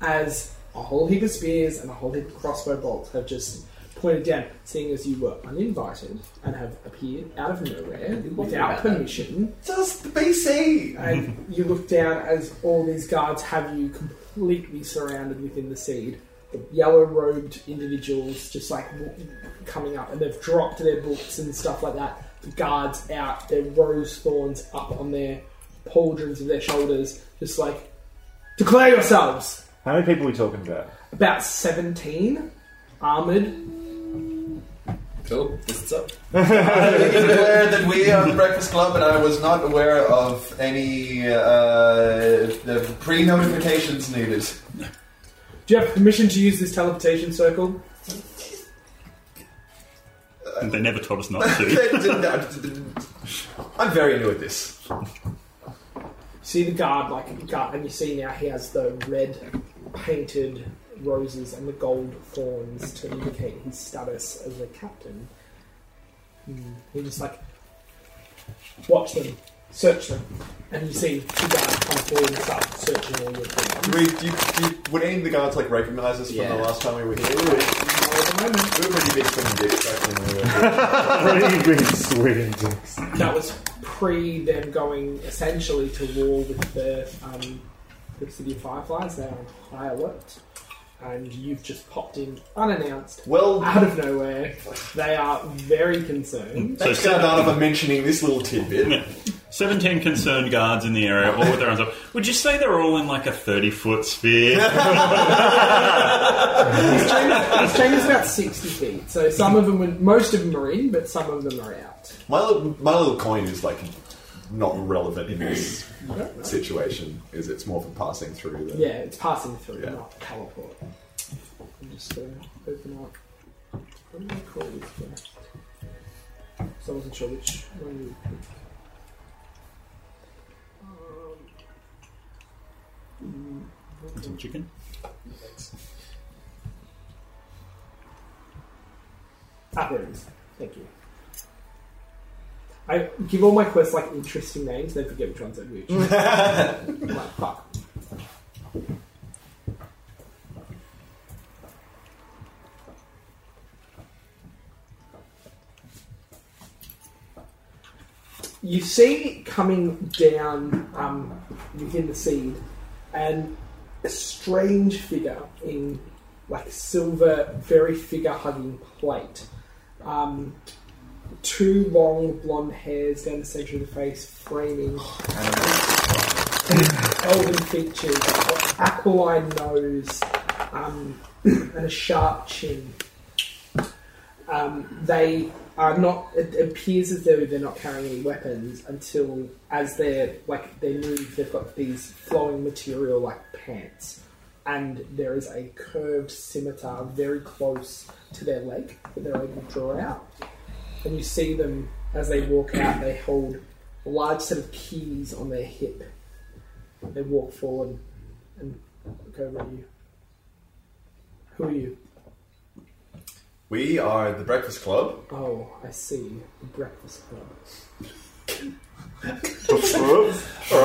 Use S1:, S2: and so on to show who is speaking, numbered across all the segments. S1: as a whole heap of spears and a whole heap of crossbow bolts have just pointed down, seeing as you were uninvited and have appeared out of nowhere without
S2: about that.
S1: permission.
S2: Just the BC.
S1: And you look down as all these guards have you completely surrounded within the seed. The yellow robed individuals just like w- coming up and they've dropped their books and stuff like that. The guards out, their rose thorns up on their pauldrons of their shoulders, just like, declare yourselves!
S3: How many people are we talking about?
S1: About 17 armoured
S2: Cool. What's up? I declare that we are the Breakfast Club, and I was not aware of any uh, the pre-notifications needed.
S1: Do you have permission to use this teleportation circle?
S4: They never told us not to.
S2: I'm very new at this.
S1: See the guard, like the guard, and you see now he has the red painted roses and the gold thorns to indicate his status as a captain. Mm. He just like watch them, search them, and you see the guard come forward and start searching all your things.
S2: Do we, do you, do you, would any of the guards like recognize us from
S5: Yeah.
S2: the last time we were here? We were,
S1: Not at the moment.
S2: we were pretty big swing dicks back when we were here.
S3: Pretty big swinging dicks.
S1: That was pre them going essentially to war with the um, the city of fireflies. They're on high alert, and you've just popped in unannounced,
S2: Well,
S1: out of nowhere. They are very concerned.
S4: so
S2: thanks to
S4: seven,
S2: Nana for mentioning this little tidbit.
S4: yeah, seventeen concerned guards in the area, all with their arms up. Would you say they're all in like a thirty-foot sphere?
S1: This chamber, this chamber's about sixty feet, so some of them, were, most of them are in, but some of them are out.
S2: My little, my little coin is like not relevant in this situation. Is it's more for passing through. The,
S1: Yeah, it's passing through,
S2: Yeah.
S1: not teleport. I'm just gonna open up. What do I call this one? So I wasn't sure which one you would pick. Um, mm,
S4: Some chicken.
S1: Ah, there it is. Thank you. I give all my quests like interesting names, then forget which ones are which. I'm like, fuck. You see coming down um, within the seed, and a strange figure in like silver, very figure hugging plate. Um, two long blonde hairs down the centre of the face, framing elven features, aquiline nose, um, and a sharp chin. Um, they are not. It appears as though they're not carrying any weapons until, as they're like they move, they've got these flowing material like pants, and there is a curved scimitar very close to their leg that they're able to draw out. And you see them as they walk out. They hold a large set of keys on their hip. They walk forward and look over at you. Who are you?
S2: We are the Breakfast Club.
S1: Oh, I see. The Breakfast Club.
S2: All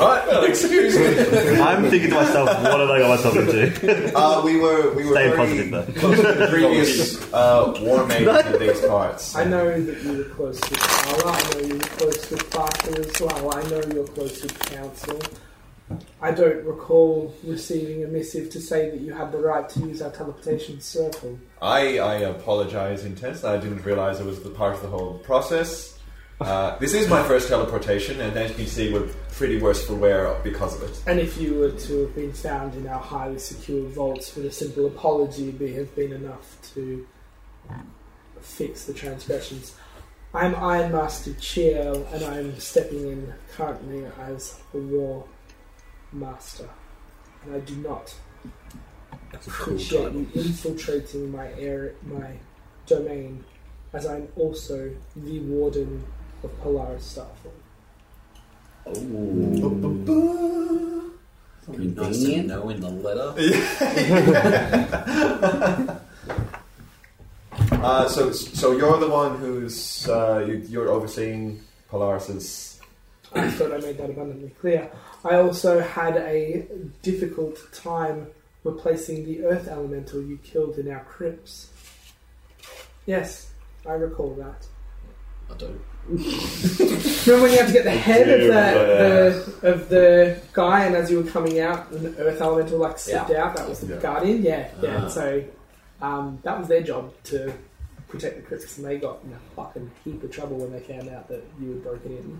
S2: right, well, excuse me.
S3: I'm thinking to myself, what have I got myself into?
S2: Uh, we were we were
S3: Stay
S2: very
S3: positive, though.
S2: close to the previous uh, war maid in these parts.
S1: I know that you were close with Carla. I know you were close with Barker as well. I know you're close with Council. I don't recall receiving a missive to say that you had the right to use our teleportation circle.
S2: I, I apologize intensely. I didn't realize it was the part of the whole process. Uh, this is my first teleportation, and as you can see, we're pretty worse for wear because of it.
S1: And if you were to have been found in our highly secure vaults with a simple apology, would have been enough to fix the transgressions. I'm Iron Master Chiel, and I'm stepping in currently as the War Master. And I do not appreciate you infiltrating my area, my domain, as I'm also the Warden of Polaris Starfall.
S5: It'd be nice to know in the letter.
S2: Uh, so, so you're the one who's uh, you, you're overseeing Polaris's.
S1: I thought I made that abundantly clear. I also had a difficult time replacing the earth elemental you killed in our crypts. Yes, I recall that.
S5: I don't.
S1: Remember when you had to get the head of
S3: do,
S1: the, the of the guy, and as you were coming out, and the earth elemental like slipped out. That was the
S6: Yeah.
S1: guardian. Yeah, yeah.
S5: Ah.
S1: So um, that was their job to protect the crypts, and they got in a fucking heap of trouble when they found out that you had broken in.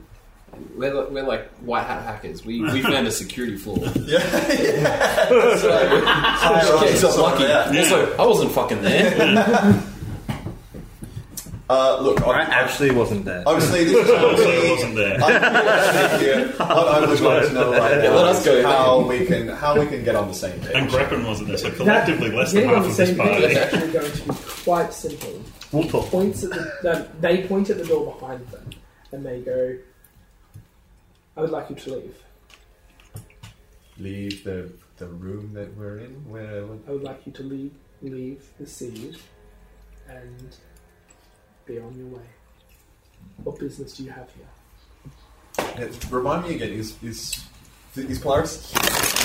S5: We're, li- we're like white hat hackers. We, we found a security flaw.
S6: Yeah.
S5: Okay, so lucky.
S6: Yeah.
S5: Also, I wasn't fucking there.
S6: Uh, look,
S3: I
S6: I-
S3: actually wasn't there.
S6: obviously this is
S4: So I
S6: only
S4: wasn't there.
S6: I'm here. I I just wanted to know like,
S5: Yeah, let us go.
S6: how we can how we can get on the same
S4: And
S6: page.
S4: Greppin wasn't there, so collectively less than
S1: Getting on
S4: half
S1: the
S4: of this
S1: same page is
S4: party.
S1: actually going to be quite simple.
S3: We'll talk.
S1: points at the, no, they point at the door behind them and they go, I would like you to leave.
S6: Leave the the room that we're in. Where
S1: I would like you to leave, leave the siege and be on your way. What business do you have here?
S6: remind me again. Is is is Polaris?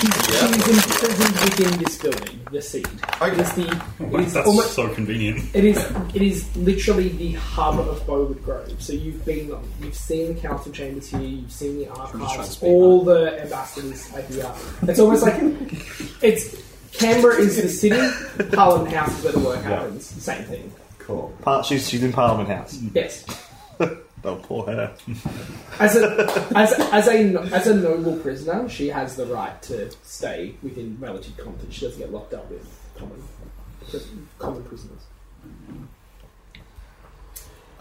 S1: He's imprisoned within this building, the seed. It is the it is
S4: That's
S1: almost
S4: so convenient.
S1: It is. It is literally the hub of Bowood Grove. So you've been, you've seen the council chambers here, you've seen the
S5: trying to
S1: archives,
S5: speak
S1: all the ambassadors are here. It's almost like it's Canberra is the city, Parliament House is where the work happens. Same thing.
S6: Cool.
S3: Par- she's, she's in Parliament House.
S1: Yes.
S3: Oh, poor her.
S1: As a as as a no- as a noble prisoner, she has the right to stay within relative comfort. She doesn't get locked up with common common prisoners.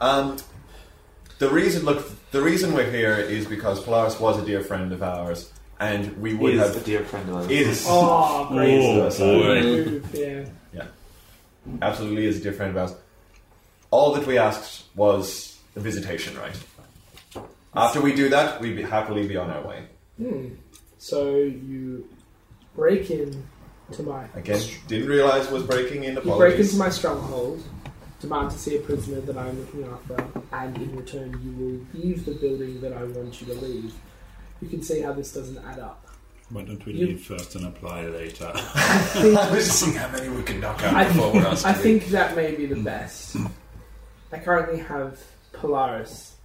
S6: Um, the reason, look, the reason we're here is because Polaris was a dear friend of ours, and we would
S7: Is a
S6: have
S7: dear friend of ours.
S6: is
S1: Oh, great.
S4: Oh, boy.
S1: move, Yeah.
S6: absolutely is a dear friend of ours. All that we asked was a visitation, right? After we do that, we'd be happily be on our way
S1: So you break in to my
S6: again. Didn't realize was breaking in.
S1: you break
S6: Apologies.
S1: into my stronghold, demand to see a prisoner that I'm looking after, and in return you will leave the building that I want you to leave. You can see how this doesn't add up.
S4: Why don't we
S1: You-
S4: leave first and apply later?
S6: Let's see how many we can knock out
S1: I,
S6: before we're asked
S1: I
S6: to leave.
S1: think that may be the best. I currently have Polaris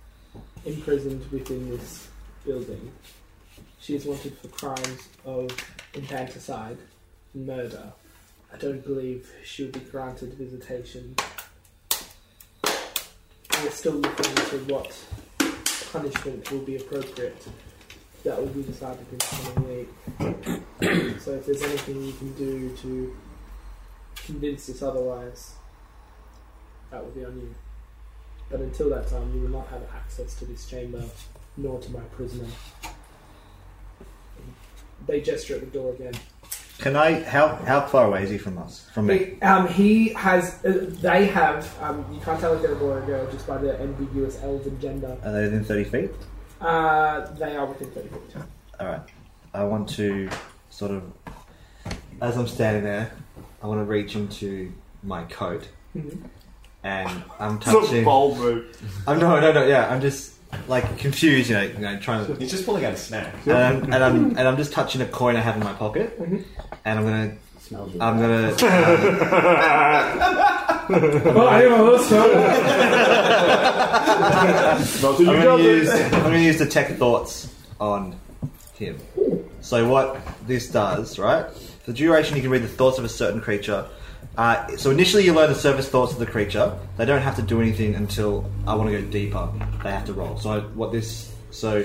S1: imprisoned within this building. She is wanted for crimes of infanticide, murder. I don't believe she'll be granted visitation. We're still looking into what punishment will be appropriate. That will be decided in the coming week. so if there's anything you can do to convinced us otherwise, that will be on you. But until that time, you will not have access to this chamber, nor to my prisoner. They gesture at the door again.
S3: Can I? How how far away is he from us? From me?
S1: Um, he has. Uh, they have. Um, you can't tell if they're a boy or a girl just by their ambiguous elven gender.
S3: Are they within thirty feet?
S1: Uh, they are within thirty feet.
S3: All right. I want to sort of, as I'm standing there, I want to reach into my coat
S1: Mhm.
S3: and I'm
S7: It's a
S3: touching.
S7: bold move.
S3: I'm no, no, no. Yeah, I'm just like confused. You know, you know trying to.
S6: he's just pulling out a snack.
S3: And I'm, Um, and I'm and I'm just touching a coin I have in my pocket, and I'm gonna
S5: Smells good.
S3: I'm gonna. um,
S1: well, I don't know. so-
S7: Not that you
S3: I'm
S7: got
S3: gonna use
S7: this.
S3: I'm gonna use detect thoughts on him. So what this does, right? For the duration, you can read the thoughts of a certain creature. Uh, so initially, you learn the surface thoughts of the creature. They don't have to do anything until I want to go deeper. They have to roll. So I, what this? So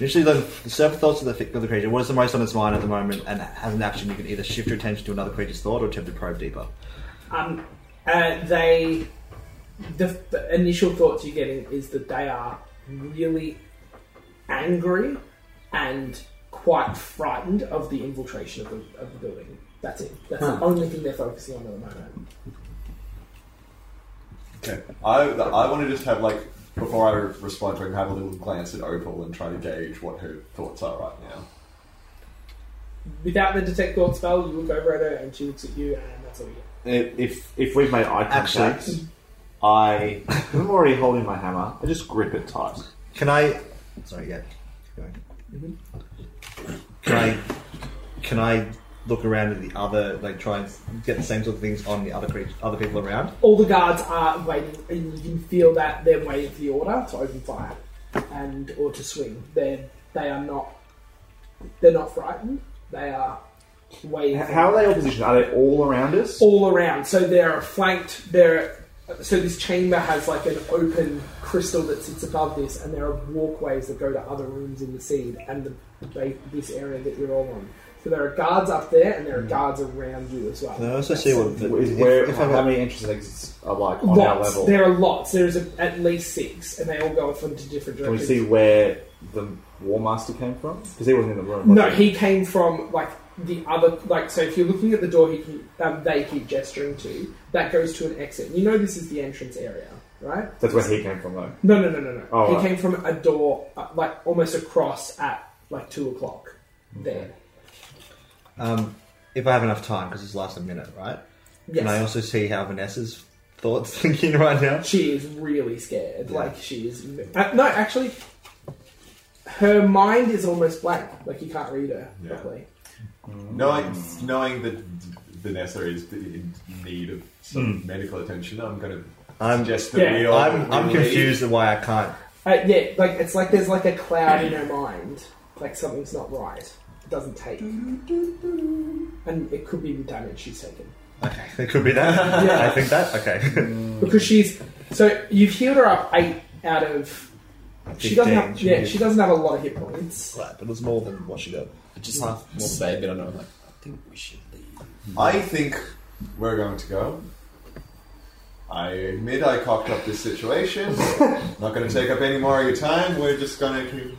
S3: initially, learn the surface thoughts of the, fi- of the creature. What is the most on its mind at the moment? And as an action, you can either shift your attention to another creature's thought or attempt to probe deeper.
S1: um, uh, they. The, the initial thoughts you're getting is that they are really angry and quite frightened of the infiltration of the, of the building. That's it. That's the only thing they're focusing on at the moment.
S6: Okay. I I want to just have like before I respond to her, have a little glance at Opal and try to gauge what her thoughts are right now.
S1: Without the detect thought spell, you look over at her and she looks at you, and that's all you get.
S7: If if we've made eye contact,
S3: Actually-
S7: I I'm already holding my hammer. I just grip it tight.
S3: Can I? Sorry, yeah. keep going. Can I? Can I look around at the other, like try and get the same sort of things on the other creature, other people around.
S1: All the guards are waiting, and you can feel that they're waiting for the order to open fire and or to swing. They they are not they're not frightened. They are waiting.
S7: H-
S1: for-
S7: How are they all positioned? Are they all around us?
S1: all around. So they're flanked. They're so this chamber has like an open crystal that sits above this, and there are walkways that go to other rooms in the seed and the, ba this area that you're all on. So there are guards up there, and there are guards around you as well.
S3: Can I also see what the,
S7: Is
S3: if-
S7: where
S3: if I've
S7: how
S3: got-
S7: many entrance and exits are like on our
S1: Lots.
S7: level?
S1: There are lots. There's a, at least six, and they all go off into different
S7: Can we
S1: directions.
S7: see where the War Master came from? Because he wasn't in the room. was
S1: No, he came from like the other like. So if you're looking at the door, he keep, um, they keep gesturing to that goes to an exit. You know this is the entrance area, right?
S7: That's where he came from, though.
S1: No, no, no, no, no.
S7: Oh,
S1: he
S7: right.
S1: came from a door, uh, like almost across at like two o'clock. There.
S3: um, if I have enough time because it's last a minute, right?
S1: Yes.
S3: Can I also see how Vanessa's thoughts thinking right now?
S1: she is really scared. Like she is. Uh, no, actually, her mind is almost blank. Like you can't read her
S2: Yeah.
S1: properly.
S2: Knowing, knowing that Vanessa is in need of some medical attention, I'm going to
S3: I'm-
S2: suggest that
S1: Yeah,
S2: we all.
S3: I'm, I'm
S2: we leave.
S3: confused at why I can't.
S1: Uh, yeah, like it's like there's like a cloud in her mind. Like something's not right. It doesn't take. And it could be the damage she's taken.
S3: Okay, it could be that.
S1: Yeah.
S3: I think that. Okay.
S1: because she's so you've healed her up eight out of. She doesn't
S3: 15,
S1: have
S3: she
S1: yeah.
S3: is.
S1: She doesn't have a lot of hit points.
S3: right, but it was more than what she got.
S5: I just have to say a bit. I know. Like, I think we should leave.
S2: I think we're going to go. I admit I cocked up this situation. Not going to take up any more of your time. We're just going to.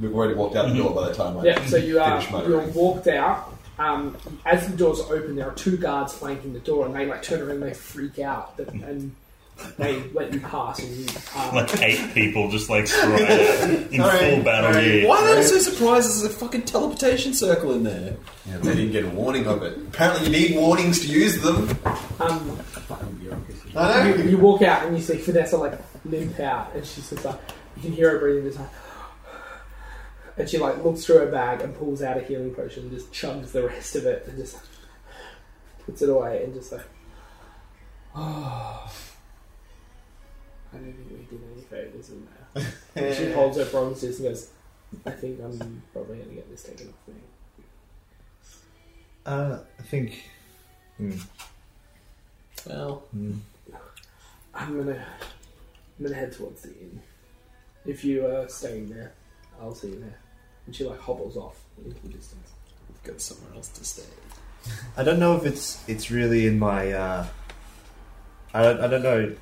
S2: We've already walked out the door by the time I
S1: Yeah. So you are
S2: finish my
S1: you're walked out. Um, as the doors open, there are two guards flanking the door, and they like turn around, and they freak out, that, and they let you pass. And you, um,
S4: Like eight people just like straight out in
S2: All right,
S4: full
S2: all
S4: battle
S2: right.
S4: gear.
S5: Why am I so surprised? There's a fucking teleportation circle in there.
S2: Yeah, they didn't get a warning of it. Apparently, you need warnings to use them.
S1: um,
S2: I know.
S1: you, you walk out, and you see Vanessa like limp out, and she's just like you can hear her breathing. Just like, and she like looks through her bag and pulls out a healing potion, and just chugs the rest of it, and just puts it away, and just like, oh, I don't think we did any favors in there. And she holds her promises and goes, I think I'm probably going to get this taken off me.
S3: Uh, I think. hmm,
S5: Well,
S1: I'm going to I'm gonna head towards the inn. If you are staying there, I'll see you there. And she like hobbles off into the distance.
S5: we've got somewhere else to stay.
S3: I don't know if it's it's really in my. Uh, I don't. I don't know.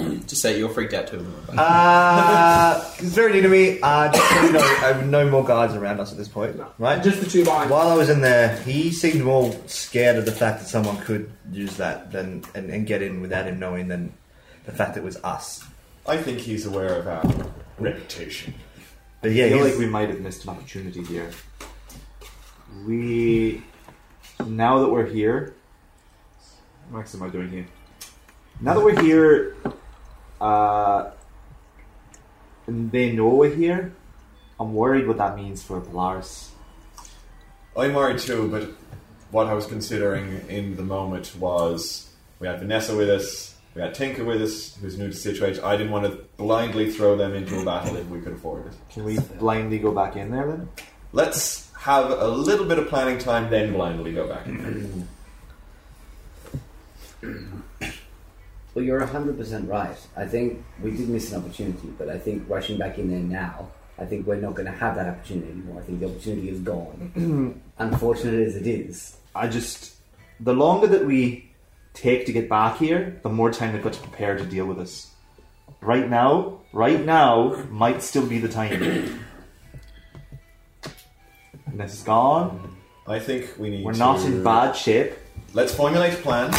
S3: hmm,
S5: Just say you're freaked out too.
S3: Uh, it's very new to me. Uh, just so you know, I have no more guards around us at this point,
S1: No.
S3: right?
S1: Just the two behind.
S3: While I was in there, he seemed more scared of the fact that someone could use that than and, and get in without him knowing than the fact it was us.
S2: I think he's aware of our reputation.
S3: But yeah,
S7: I feel
S3: he's-
S7: like we might have missed an opportunity here. We now that we're here, what else am I doing here? Now that we're here, uh, and they know we're here, I'm worried what that means for Polaris.
S2: I'm worried too, but what I was considering in the moment was we had Vanessa with us, we had Tinker with us, who's new to the situation. I didn't want to blindly throw them into a battle if we could afford it.
S7: Can we blindly go back in there then?
S2: Let's have a little bit of planning time, then blindly go back.
S8: Well, you're 100% right. I think we did miss an opportunity, but I think rushing back in there now, I think we're not going to have that opportunity anymore. I think the opportunity is gone. Unfortunate as it is.
S7: I just the longer that we take to get back here, the more time they've got to prepare to deal with us. Right now, right now might still be the time. Ness is gone.
S2: I think we need
S7: We're
S2: to.
S7: not in bad shape.
S2: Let's formulate a plan.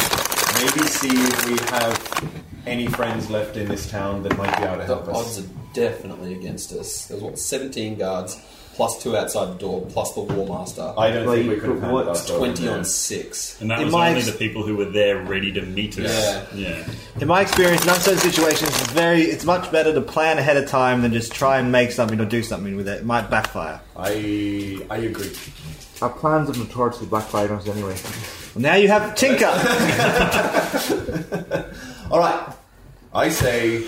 S2: Maybe see if we have any friends left in this town that might be able to
S5: The
S2: help us.
S5: odds are definitely against us. There's what 17 guards, plus two outside the door, plus the war master.
S2: I don't think
S7: Like,
S2: we could have had
S7: what-
S2: that problem
S5: Twenty
S2: there.
S5: on six.
S4: And that
S3: In
S4: was
S3: my
S4: only
S3: ex-
S4: the people who were there ready to meet us. Yeah.
S3: In my experience, in uncertain situations, it's very it's much better to plan ahead of time than just try and make something or do something with it. It might backfire.
S2: I I agree.
S7: Our plans have notoriously backfired on us anyway.
S3: Well, now you have Tinker.
S2: All right, I say.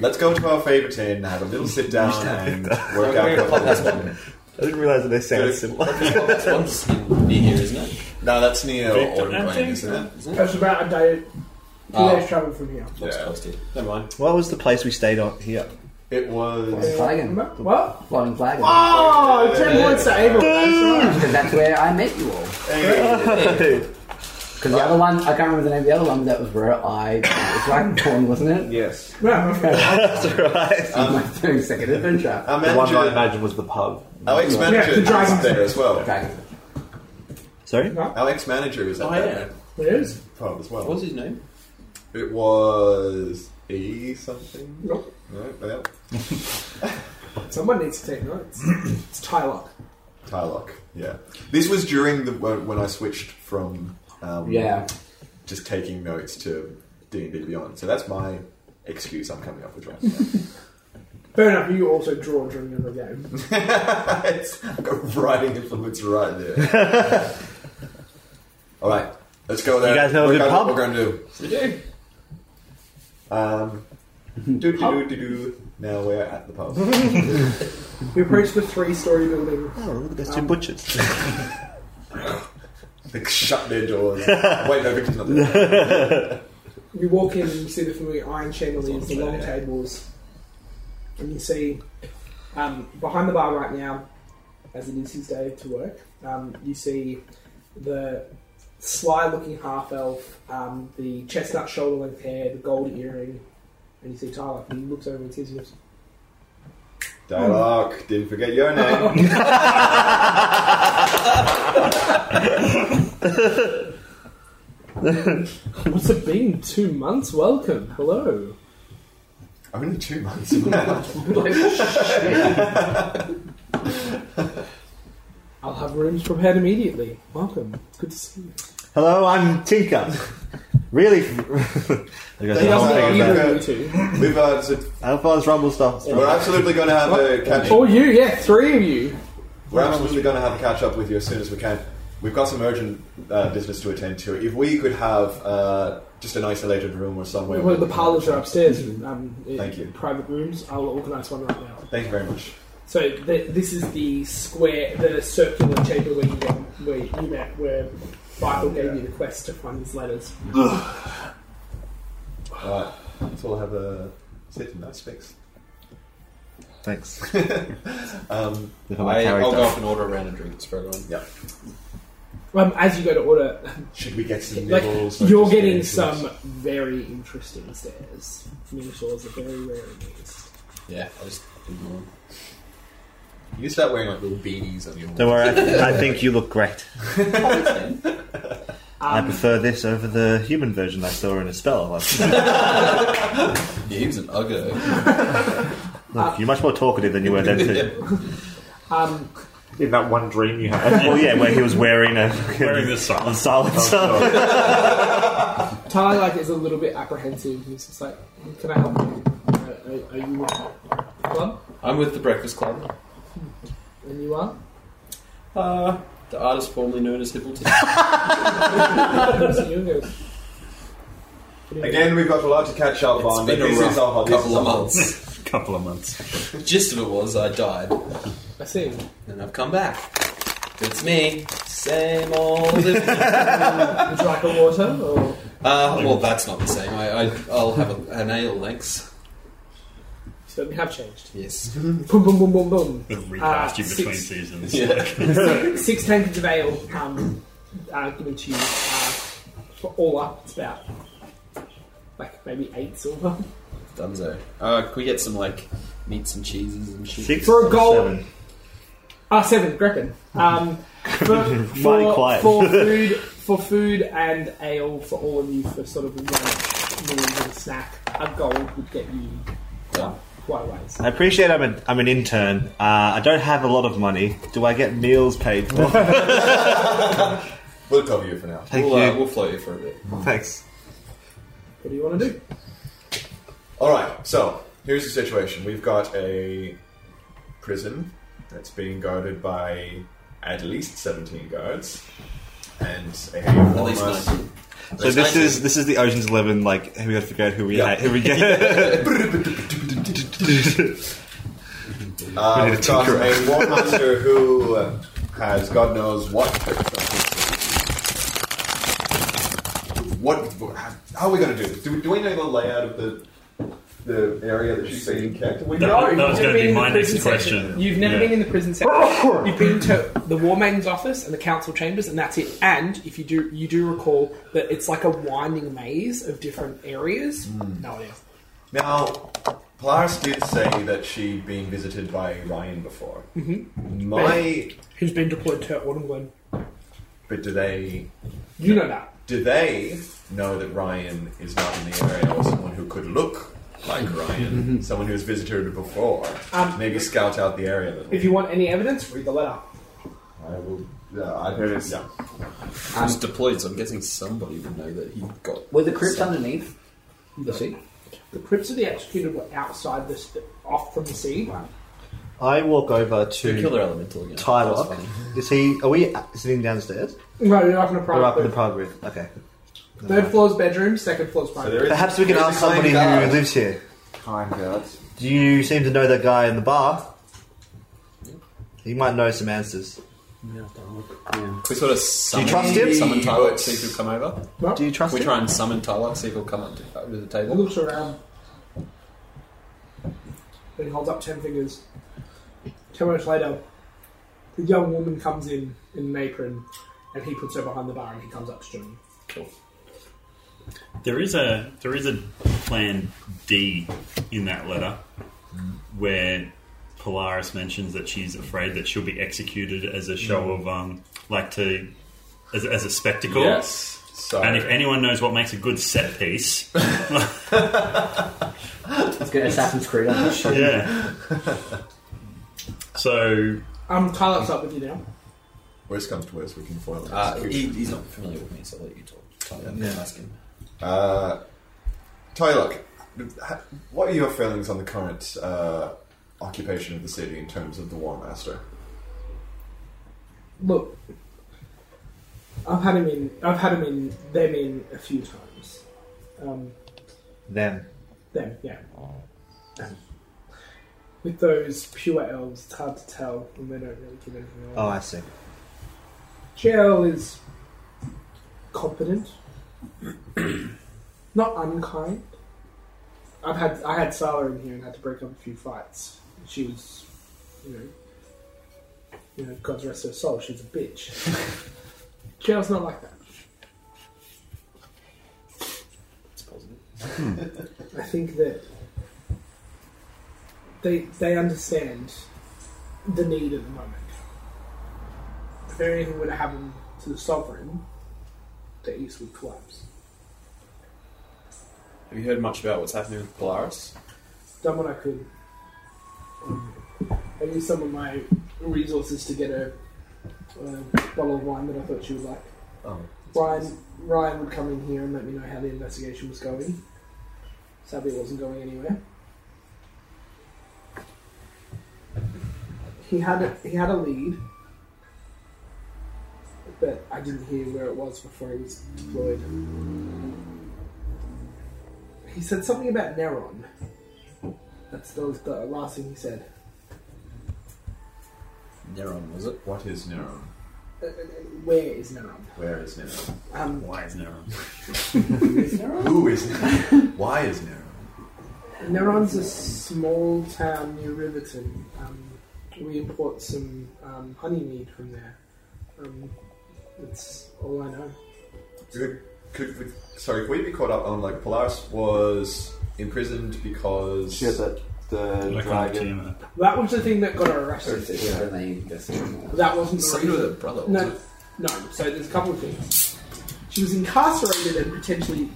S2: Let's go to our favorite inn, have a little sit down, and work out what this one.
S3: I didn't realize that they sounded similar.
S5: That's one's in- near here, isn't it?
S2: No, that's near
S4: Victor
S2: Orton,
S4: Anthony?
S2: isn't it?
S1: That's about a day, two
S5: Oh.
S1: days travel from here.
S5: That's close to. Never mind.
S3: What was the place we stayed on here?
S2: It was.
S8: Flagon.
S1: Remember- What?
S8: Flying Flagon.
S1: Oh, ten points to Abel. That's right.
S8: Because that's where I met you all. Because the other one, I can't remember the name of the other one, but that was where I it was Dragonborn, wasn't it?
S7: Yes.
S1: Well,
S8: my 30 second adventure.
S2: Our
S7: The one I
S2: manager,
S7: imagine was the pub.
S1: Yeah,
S2: our
S1: the
S2: ex-manager
S1: dragon.
S2: was there as well.
S1: Oh.
S8: Dragon.
S3: Sorry.
S2: Our ex-manager was at
S5: Oh, yeah.
S2: that
S1: there is.
S2: pub as
S5: What
S2: well.
S5: was his name?
S2: It was E something.
S1: Nope.
S2: No, well,
S1: Someone needs to take notes. It's Tylock.
S2: Tylock. Yeah, this was during the when when I switched from um,
S8: Yeah.
S2: just taking notes to D and D Beyond. So that's my excuse I'm coming up with right now.
S1: Fair enough, you also draw during the game.
S2: it's I've got writing influence right there. All right, let's go there.
S3: You guys know
S2: Work
S3: the
S2: out
S3: pub?
S2: What we're gonna do?
S5: We do.
S2: Um, do do do do. Now we're at the pub.
S1: We approach the three story building.
S3: Oh, look at those two butchers.
S2: they shut their doors. Wait, no, Victor's not there.
S1: You walk in and you see the familiar iron chandeliers, the long tables, and you see um, behind the bar right now, as it is his day to work, um, you see the sly looking half elf, um, the chestnut shoulder length hair, the gold earring, and you see Tyler. He looks over and sees you.
S2: Dialogue. Didn't forget your name.
S1: What's it been? Two months? Welcome. Hello.
S2: Only two months now.
S1: I'll have rooms prepared immediately. Welcome. It's good to see you.
S3: Hello, I'm Tinker. Really? I guess
S2: They
S3: the whole
S2: don't
S3: thing
S2: know
S3: about-
S2: either.
S1: Either of you two.
S2: We've uh, so
S3: Alphonse Rumble stuff.
S2: we're absolutely going to have a catch.
S1: Or you, yeah, three of you.
S2: We're absolutely going to have a catch up with you as soon as we can. We've got some urgent uh, business to attend to. If we could have uh, just an isolated room or somewhere.
S1: Well, the parlours are upstairs. Um,
S2: Thank you.
S1: Private rooms. I'll organise one right now.
S2: Thank you very much.
S1: So th- this is the square, the circular chamber where you went, where you met, where Michael gave you the quest to find these letters.
S2: All right, let's all have a sit and nice fix.
S3: Thanks.
S2: Um,
S3: Look at my
S5: I, I'll go
S3: character.
S5: up and order a round of drinks for everyone.
S2: yeah.
S1: Um, as you go to order,
S2: Should we get some
S1: like
S2: nibbles? or
S1: you're
S2: just
S1: getting
S2: into
S1: some
S2: it?
S1: very interesting stares. Minotaurs are very rare in these.
S5: Yeah, I just ignore him.
S2: You start wearing like little.
S5: beanies on your.
S3: Don't worry. I, th- I think you look great. I
S1: Um,
S3: prefer this over the human version I saw in a spell. Like,
S5: Yeah, he was an ugly.
S3: Look, you're much more talkative than you were then too.
S1: um,
S7: In that one dream you had.
S3: Well, Oh, yeah, where he was wearing a fucking
S4: Wearing the silence.
S3: silencer.
S1: Tyler like is a little bit apprehensive. He's just like, "Can I help you? Are, are, are you with the club?
S5: I'm with the Breakfast Club.
S1: And you are."
S5: Uh, the artist formerly known as Hibbleton.
S1: Comes to you and goes, "What do you
S2: Again, we've got a lot to catch up on. but this is our this is
S5: couple
S2: our
S5: of months.
S4: couple of months.
S5: The gist of it was I died,
S1: I see.
S5: and I've come back. It's me, same old. uh,
S1: Would you like a water? Or
S5: well, that's not the same. I, I I'll have a, an ale, thanks.
S1: so we have changed.
S5: Yes.
S1: Boom, boom, boom, boom, boom.
S4: The recast
S1: Uh,
S4: you between
S1: six.
S4: seasons.
S5: Yeah.
S1: Six tankards of ale um, uh, given to you uh, for all up. It's about like maybe eight silver
S5: Dunzo. Uh, can we get some like meats and cheeses and shit?
S3: Six
S1: For a goal.
S3: seven.
S1: Ah, seven, Greppin. Um, for,
S3: Mighty
S1: for,
S3: quiet.
S1: for food, for food and ale for all of you for sort of lunch, meals and snack, a gold would get you
S5: Done.
S1: quite a ways.
S3: I appreciate I'm, a, I'm an intern. Uh, I don't have a lot of money. Do I get meals paid for?
S2: We'll cover you for now.
S3: Thank
S2: we'll, Uh,
S3: you.
S2: we'll float you for a bit.
S3: Thanks.
S1: What do you want to do?
S2: All right. So here's the situation. We've got a prison that's being guarded by at least 17 guards, and a
S5: At least
S2: uniformless.
S5: nineteen.
S3: So this is this is the Ocean's Eleven. Like we got to figure out who we
S2: Yeah.
S3: hate. Who we get?
S2: Uh,
S3: We need
S2: we've
S3: to
S2: got
S3: tinker
S2: a warmaster who uh, has God knows what. What? How are we going to do this? Do, we- do we know the layout of the the area that she's being kept? We
S4: No.
S2: know.
S4: that was
S1: you've
S4: gonna
S1: never
S4: be
S1: been in
S4: my
S1: the prison
S4: next
S1: section.
S4: question.
S1: You've never
S4: Yeah.
S1: been in the prison section. You've been to the War Maiden's office and the council chambers, and that's it. And if you do, you do recall that it's like a winding maze of different areas.
S4: Hmm.
S1: No idea.
S2: Now, Polaris did say that she'd been visited by Ryan before. Mm-hmm. My,
S1: Who's been deployed to Autumn Glen?
S2: but do they
S1: You know that.
S2: do they know that Ryan is not in the area, or someone who could look like
S3: Mm-hmm.
S2: Ryan, someone who's visited her before?
S1: Um,
S2: Maybe scout out the area a little.
S1: If you want any evidence, read the letter.
S2: I will. Yeah, I,
S9: There it is.
S2: Yeah.
S5: He was deployed, so I'm guessing somebody would know that he got.
S8: Were the crypts underneath the sea?
S1: The crypts of the executed were outside the, st- off from the sea.
S3: I walk over
S5: the killer
S3: to
S5: elemental again. That's
S3: Tyler.
S5: funny.
S3: Is he? Are we sitting downstairs?
S1: No, you're up in a private.
S3: We're up in the
S1: room.
S3: private room. Okay.
S1: Third floor's bedroom, second floor's private.
S2: So there is-
S3: Perhaps we can
S2: there's a
S3: ask somebody who
S2: kind guard.
S3: lives here.
S9: Kind guards.
S3: Do you seem to know that guy in the bar? He might know some answers.
S5: We sort of summon,
S3: trust him?
S5: summon Tyler, see if he'll come over.
S1: Well,
S3: Do you trust
S5: We
S3: him?
S5: try and summon Tyler, see if he'll come up to, over to the
S1: he
S5: table.
S1: looks around. Then he holds up ten fingers. Ten minutes later, the young woman comes in in an apron, and he puts her behind the bar, and he comes up to join. you.
S4: There is a there is a plan D in that letter where Polaris mentions that she's afraid that she'll be executed as a show of um like to as, as a spectacle.
S5: Yes.
S2: So,
S4: And if anyone knows what makes a good set piece,
S8: Let's get Assassin's Creed on this show.
S4: yeah. So
S1: Um, Tyler's up with you now.
S2: worst comes to worst, we can foil it.
S5: Uh, he, he's not familiar with me, so I'll let you talk. Tyler, ask him.
S2: Uh, Tylock, ha- what are your feelings on the current uh, occupation of the city in terms of the War Master?
S1: Look, I've had him in. I've had him in them in a few times. Um,
S3: Them. Oh,
S1: them, yeah. Um, with those pure elves, it's hard to tell, and they don't really give anything away.
S3: Oh, I see.
S1: JL is competent, not unkind. I've had I had Sala in here and had to break up a few fights. She was, you know, you know, God rest her soul. She's a bitch. JL's not like that.
S5: It's positive.
S1: I think that they they understand the need at the moment. If anything were to happen to the sovereign, the East would collapse.
S5: Have you heard much about what's happening with Polaris?
S1: done what I could. Um, I used some of my resources to get a, a bottle of wine that I thought she would like.
S2: Oh.
S1: Ryan, Ryan would come in here and let me know how the investigation was going. Sadly, it wasn't going anywhere. He had a, he had a lead, but I didn't hear where it was before he was deployed. He said something about Neron. That's the, the last thing he said.
S5: Neron, was it?
S2: What is Neron?
S1: Uh, uh, uh, Where is Neron?
S2: Where is Neron?
S1: Um,
S4: why is Neron?
S2: Who is Neron? Why is Neron?
S1: Neron's a small town near Riverton. Um, we import some um, honey mead from there. Um, that's all I know.
S2: Could, could we, sorry, could we be caught up on like Polaris was imprisoned because
S9: She had that the
S4: I can't see
S9: dragon.
S4: him.
S1: That was the thing that got her
S8: So
S1: arrested.
S8: it's just remain just normal.
S1: That wasn't the
S5: Something with her
S1: reason.
S5: brother, was
S1: No, no. So there's a couple of things. She was incarcerated and potentially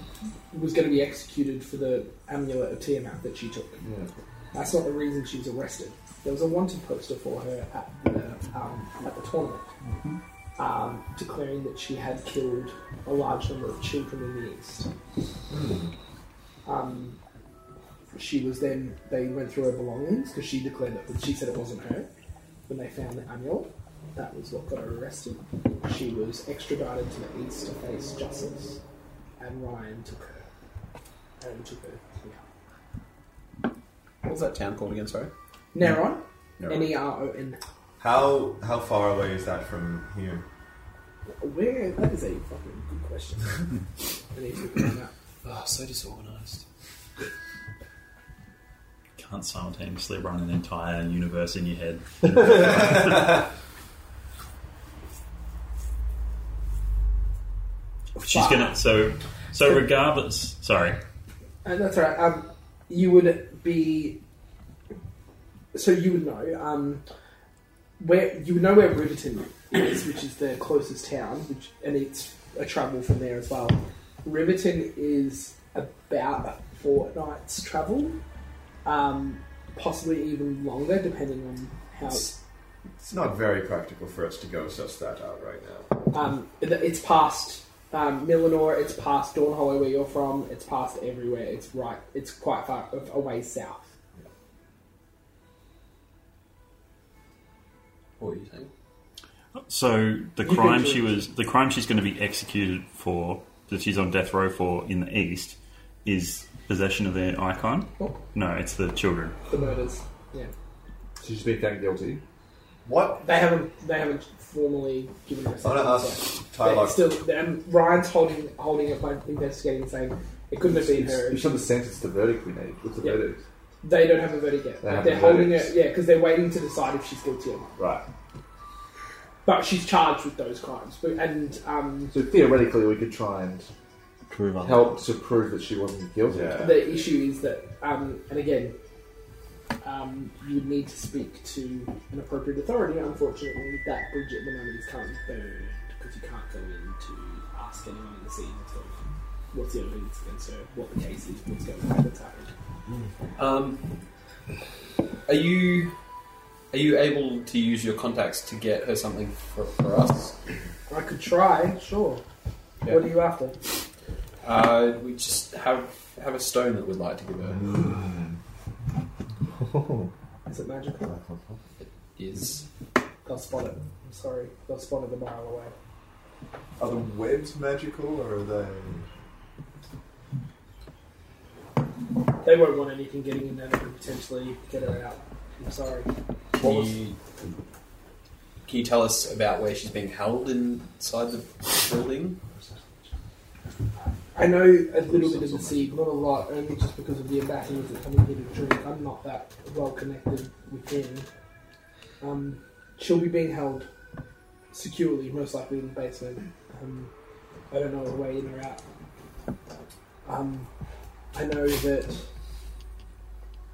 S1: was going to be executed for the amulet of Tiamat that she took. That's not the reason she was arrested. There was a wanted poster for her at the, um, at the tournament, um, declaring that she had killed a large number of children in the east. Um, she was then they went through her belongings because she declared that she said it wasn't her. When they found the amulet, that was what got her arrested. She was extradited to the east to face justice, and Ryan took her. And took her. Yeah.
S5: What was that town called again? Sorry.
S1: Neron,
S2: No.
S1: N E R O N.
S2: How how far away is that from here?
S1: Where? That is a fucking good question. I need to find out.
S5: Oh, so disorganized.
S4: Can't simultaneously run an entire universe in your head. She's gonna so so regardless. Sorry,
S1: Uh, that's all right. Um, you would be. So you would know um, where you would know where Riverton is, which is the closest town, which and it's a travel from there as well. Riverton is about a fortnight's travel, um, possibly even longer, depending on how.
S2: It's not very practical for us to go suss that out right now.
S1: Um, it- it's past um, Millenor, it's past Dawn Hollow, where you're from, it's past everywhere. It's right. It's quite far away south.
S5: What were you saying?
S4: So the
S1: can
S4: crime
S1: do
S4: she
S1: it.
S4: was, the crime she's going to be executed for, that she's on death row for in the east, is possession of their icon.
S1: Oh,
S4: No, it's the children.
S1: the murders. Yeah.
S7: She's been found guilty.
S2: What?
S1: They haven't. They haven't formally given us.
S2: I want to
S1: yet.
S2: ask
S1: But
S2: Tylock.
S1: still, and Ryan's holding holding it by investigating, saying it couldn't have been her.
S7: You should have sentenced to verdict, we need. What's the
S1: Yeah.
S7: verdict?
S1: They don't have a verdict yet.
S7: They have
S1: They're
S7: no
S1: holding
S7: verdicts.
S1: it, yeah, because they're waiting to decide if she's guilty or not.
S7: Right.
S1: But she's charged with those crimes, But- and um,
S7: So theoretically, we could try and
S3: Prove other-
S7: help to prove that she wasn't guilty.
S2: Yeah.
S1: the issue is that, um, and again, um, you would need to speak to an appropriate authority. Unfortunately, that bridge at the moment is currently burned because you can't go in to ask anyone in the scene sort of what's the evidence against her, what the case is, what's going on, what's happened.
S5: Um, are you are you able to use your contacts to get her something for, for us?
S1: I could try, sure.
S5: Yeah.
S1: What are you after?
S5: Uh, we just have have a stone that we'd like to give her.
S1: Is it magical?
S5: Is
S1: They'll spot it. I'm sorry, they'll spot it a mile away.
S2: Are the webs magical or are they?
S1: They won't want anything getting in there that could potentially get her out. I'm sorry.
S5: can you, can you tell us about where she's being held inside the building?
S1: I know a little bit of the seed, not a lot, only just because of the ambassadors that come in here to drink. I'm not that well connected within. Um, she'll be being held securely, most likely in the basement. Um, I don't know a way in or out. Um, I know that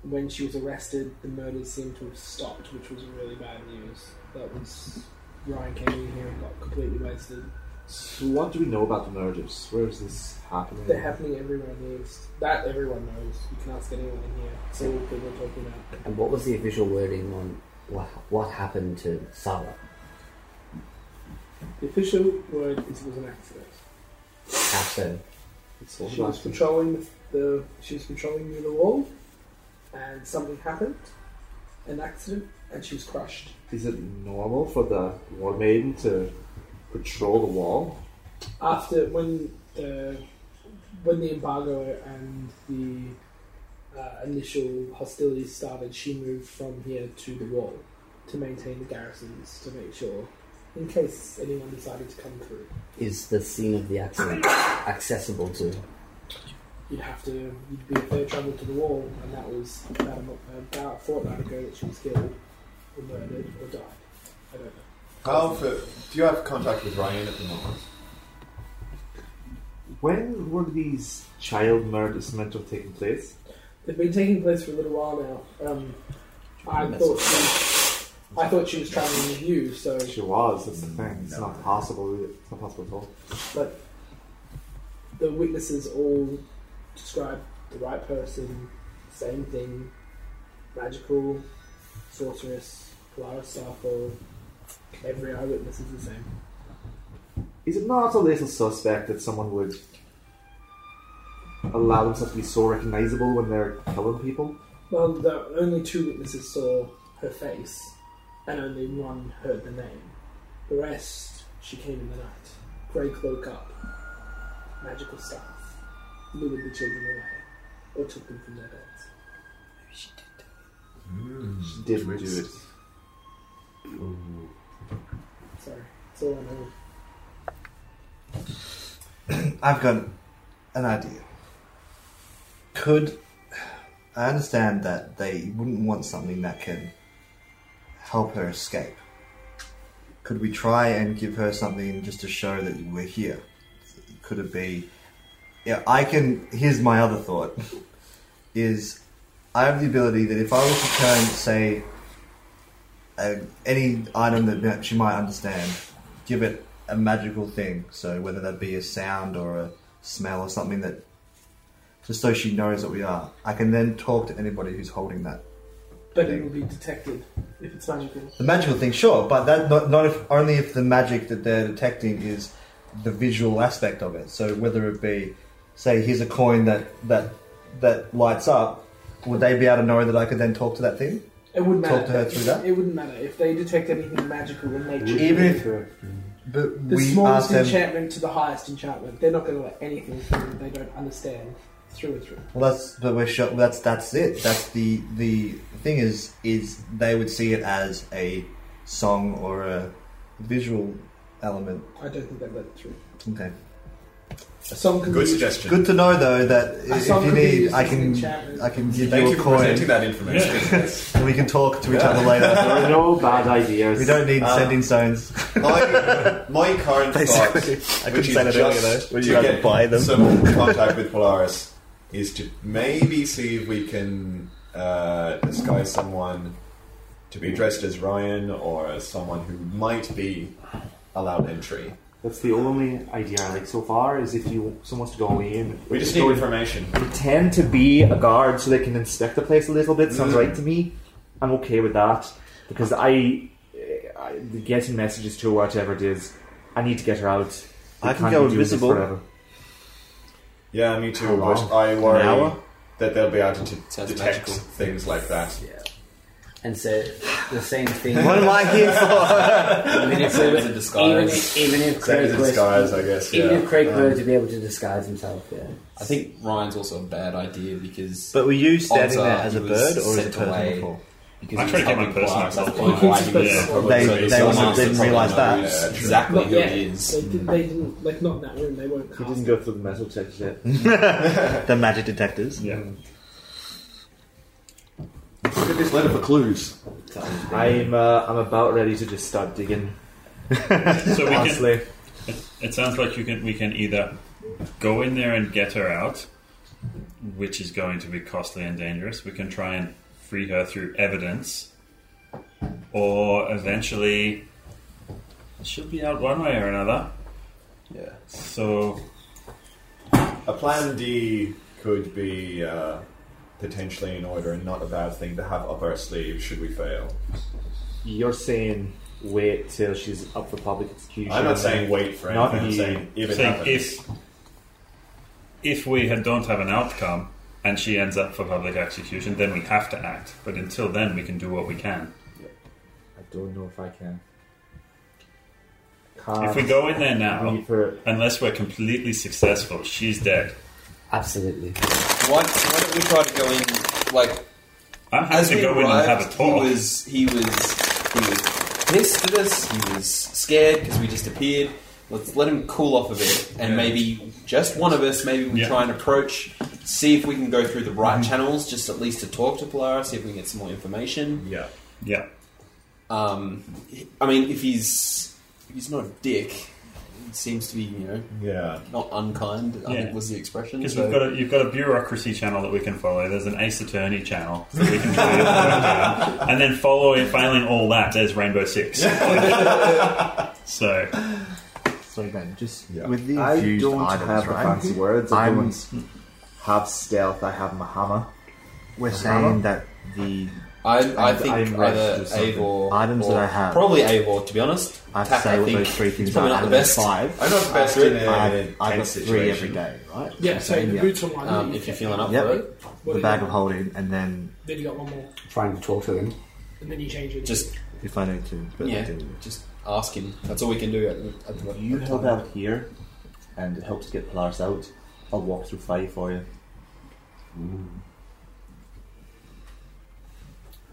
S1: when she was arrested, the murders seemed to have stopped, which was really bad news. That was Ryan came in here and got completely wasted.
S7: So what do we know about the murders? Where is this happening?
S1: They're happening everywhere in the east. That everyone knows. You can't ask anyone in here. It's all people are talking about.
S8: And what was the official wording on what, what happened to Sarah?
S1: The official word is it was an accident.
S8: After
S7: It's all
S1: She was
S7: about-
S1: patrolling the, the she was patrolling near the wall, and something happened, an accident, and she was crushed.
S7: Is it normal for the war maiden to patrol the wall?
S1: After when the when the embargo and the uh, initial hostilities started, she moved from here to the wall to maintain the garrisons to make sure, in case anyone decided to come through.
S8: is the scene of the accident accessible to?
S1: you'd have to you'd be a fair travel to the wall, and that was about a, mo- about a fortnight ago that she was killed, or murdered, or died. I don't know.
S2: How? fa- do you have contact with Ryan at the moment?
S7: When were these child murders meant to have taken place?
S1: They've been taking place for a little while now. Um, I thought she, I thought she was traveling with you, so
S7: She was, that's the thing. It's not possible. is it? It's not possible at all.
S1: but the witnesses all describe the right person, same thing, magical, sorceress, Polaris Starfall. Every eyewitness is the same.
S7: Is it not a little suspect that someone would allow themselves to be so recognizable when they're killing people?
S1: Well, the only two witnesses saw her face, and only one heard the name. The rest, she came in the night. Grey cloak up, magical staff, lured the children away, or took them from their beds.
S7: She didn't do it.
S1: Sorry, it's all I know.
S3: I've got an idea. Could I understand that they wouldn't want something that can help her escape? Could we try and give her something just to show that we're here? Could it be? Yeah, I can. Here's my other thought: is I have the ability that if I was to turn, say, a, any item that ma- she might understand, give it a magical thing. So whether that be a sound or a smell or something that, just so she knows that we are, I can then talk to anybody who's holding that.
S1: But it will be detected if it's magical.
S3: The magical thing, sure, but that not, not if only if the magic that they're detecting is the visual aspect of it. So whether it be, say, here's a coin that that that lights up, would they be able to know that I could then talk to that thing?
S1: It wouldn't matter.
S3: Talk to her through that?
S1: It wouldn't matter if they detect anything magical in nature.
S3: Even if but
S1: the
S3: we asked
S1: smallest
S3: them.
S1: enchantment to the highest enchantment, they're not going to let anything through that they don't understand through and through.
S3: Well, that's but we're sure, that's that's it. That's the the thing is is they would see it as a song or a visual element.
S1: I don't think they'd let it through.
S3: Okay.
S1: A song can
S2: Good
S1: be
S2: suggestion.
S3: Good to know though that if
S1: song
S3: you
S1: could be
S3: need,
S1: used
S3: I
S1: as an
S3: can
S1: enchantment.
S3: I can give
S2: Thank
S3: you
S2: you
S3: a
S2: for
S3: coin.
S2: presenting that information.
S3: And we can talk to each other later.
S7: There are no bad ideas.
S3: We don't need
S2: Um,
S3: sending stones.
S2: my, my current
S3: Basically,
S2: thought,
S3: I couldn't
S2: which
S3: say
S2: is
S3: that earlier,
S2: just
S3: though. Would
S2: to
S3: you rather
S2: get
S3: buy them?
S2: some contact with Polaris, is to maybe see if we can uh, disguise someone to be dressed as Ryan or as someone who might be allowed entry.
S7: That's the only idea I like so far. Is if you someone wants to go in,
S2: We just
S7: go
S2: need
S7: in-
S2: information.
S7: pretend to be a guard so they can inspect the place a little bit. Sounds right to me. I'm okay with that because I, I the getting messages to her, whatever it is, I need to get her out.
S3: I
S7: We
S3: can
S7: can't
S3: go
S7: be doing this
S3: invisible.
S7: forever.
S2: Yeah, me
S3: Oh,
S2: too.
S7: How
S2: But
S7: long?
S2: I worry
S7: An hour?
S2: that they'll be able to t-
S5: Sounds
S2: detect
S5: magical.
S2: things like that.
S8: And so the same thing.
S3: what am I here for?
S8: even if,
S5: Same as a
S8: even,
S5: disguise.
S8: if- even if
S2: Same
S8: Craig
S2: as
S8: was,
S2: disguise, I guess.
S8: even
S2: yeah.
S8: if Craig
S2: Um,
S8: were to be able to disguise himself, yeah.
S5: I think Ryan's also a bad idea because
S3: But were you standing
S5: Odds
S3: there
S5: are
S3: as a
S5: he was
S3: bird or as a
S5: sent away.
S3: person? before?
S5: because
S4: I
S5: he
S4: tried to
S5: was
S4: get my
S5: helping
S4: personal
S5: Polaris, that's
S4: stuff.
S5: why he
S1: Yeah.
S5: was-
S3: They-
S5: so he's
S3: they
S5: someone
S3: also
S5: else's
S3: didn't
S5: problem,
S3: realise
S5: no,
S3: that.
S5: it's
S2: Yeah, true.
S5: exactly
S1: Not
S5: who
S1: yet.
S5: he is.
S1: They didn't, they didn't, like, not in that room, they won't cast.
S7: We didn't go through the metal detector yet.
S3: The magic detectors.
S4: Yeah.
S2: Look at this letter for clues.
S7: I'm uh, I'm about ready to just start digging.
S4: So we can,
S7: Honestly,
S4: it sounds like you can we can either go in there and get her out, which is going to be costly and dangerous. We can try and free her through evidence, or eventually she'll be out one way or another.
S5: Yeah.
S4: So
S2: A plan D could be uh, potentially in order and not a bad thing to have up our sleeve should we fail.
S7: you're saying wait till she's up for public execution.
S2: I'm not saying wait for
S7: Not
S2: anything. I'm
S7: you.
S2: saying if it
S4: think
S2: happens.
S4: if if we had, don't have an outcome and she ends up for public execution, then we have to act. But until then, we can do what we can.
S7: I don't know if I can.
S4: If
S7: Can't
S4: we go in there now,
S7: leave her-
S4: unless we're completely successful, she's dead.
S8: Absolutely.
S5: Why, why don't we try to go in like
S4: I'm happy
S5: as
S4: to
S5: we
S4: go in and
S5: arrived,
S4: have a talk.
S5: He was he was he was pissed at us. He was scared because we just appeared. Let's let him cool off a bit, and
S6: Yeah.
S5: maybe just one of us. Maybe we
S4: Yeah.
S5: try and approach, see if we can go through the right channels, just at least to talk to Polaris, see if we can get some more information.
S2: yeah.
S4: yeah.
S5: Um, I mean, if he's if he's not a dick, he seems to be you know
S2: Yeah.
S5: not unkind. I
S4: Yeah.
S5: think was the expression.
S4: Because
S5: so-
S4: we've got a, you've got a bureaucracy channel that we can follow. There's an Ace Attorney channel that we can try and follow down. and then following, failing all that, there's Rainbow Six. so
S3: Sorry, Ben. Just
S2: Yeah.
S3: with the
S7: I
S3: infused
S7: don't
S3: items,
S7: have the
S3: right?
S7: fancy words.
S3: I'm-
S7: I'm have stealth. I have my hammer.
S3: we're saying that the
S5: I, I
S3: And
S5: think
S3: I'm
S5: either
S3: rushed or something.
S5: Avor
S3: Items
S5: or-
S3: that I have.
S5: Probably Avor, to be honest.
S3: I have to
S5: Tack,
S3: say
S5: I
S3: what
S5: think
S3: those three things
S5: it's
S3: are
S5: probably
S3: out
S5: not
S3: of
S5: the
S3: the
S5: best.
S3: five.
S2: I'm not the best in a
S3: I've, I've
S2: tense
S3: got three every
S2: situation.
S3: day, right?
S1: Yeah, so
S3: Saying,
S1: the
S3: yeah.
S1: boots on one.
S5: Um, if you're feeling up
S3: Yep.
S5: for it,
S1: What
S3: the
S1: do you
S3: bag
S1: got?
S3: of holding, and then
S1: Then you got one more,
S8: Trying to talk to them.
S1: and then you change it.
S5: just
S3: if I need to, but
S5: yeah,
S3: I do.
S5: just ask him. That's all we can do at the, at the
S9: You
S5: at the
S9: help
S5: time.
S9: out here, and it helps get Polaris out. I'll walk through fire for you.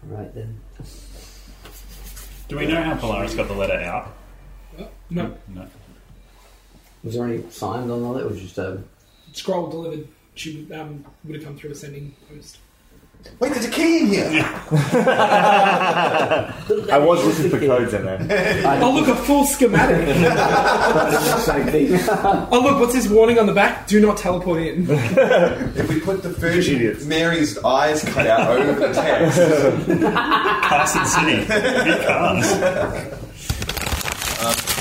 S8: Right then.
S4: Do we know how Polaris got the letter out?
S1: no
S4: No.
S8: Was there any signs on the letter? It was just um, a.
S1: scroll delivered. She um, would have come through a sending post.
S6: Wait, there's a key in here.
S7: I was looking for codes in there.
S1: Oh look, a full schematic.
S8: Same thing.
S1: oh look, what's this warning on the back? Do not teleport in.
S6: If we put the first
S7: Idiots.
S6: Mary's eyes cut out over the text,
S4: Carson City. Big cars.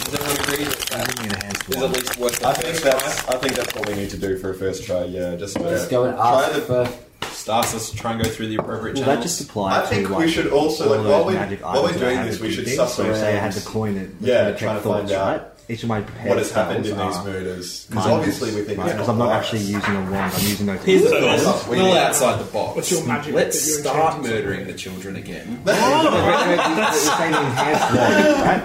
S5: Does everyone agree that that
S3: Enhanced
S5: is
S3: one.
S5: at least worth
S2: I
S5: the
S2: think
S5: first
S2: that's I think that's what we need to do for a first try. Yeah, just, uh,
S8: Just go and
S2: try
S8: ask
S2: the
S8: for.
S5: try? Stasis, try and go through the appropriate
S3: Will
S5: channels.
S3: that just apply
S2: I
S3: to
S2: think
S3: like,
S2: we should also,
S3: all
S2: like,
S3: those
S2: while we-
S3: magic
S2: while we're
S3: items
S2: doing
S3: I have
S2: this,
S3: to
S2: we
S3: do
S2: should
S3: things?
S2: suss
S3: So say I had
S2: around-
S3: to coin it.
S2: Yeah,
S3: check
S2: trying to
S3: thoughts,
S2: find out
S3: right? Each of my prepared
S2: what has happened
S3: spells
S2: in these
S3: are
S2: murders? Because
S3: minus,
S2: obviously we think
S3: right,
S2: it's
S3: because
S2: not
S3: I'm not
S2: biased.
S3: actually using a wand. I'm using those.
S5: Here's the
S4: So
S5: thing.
S4: that's-
S5: A little outside the box.
S1: What's your magic that
S5: Let's
S1: you're
S5: start
S1: enchanting?
S5: murdering the children again.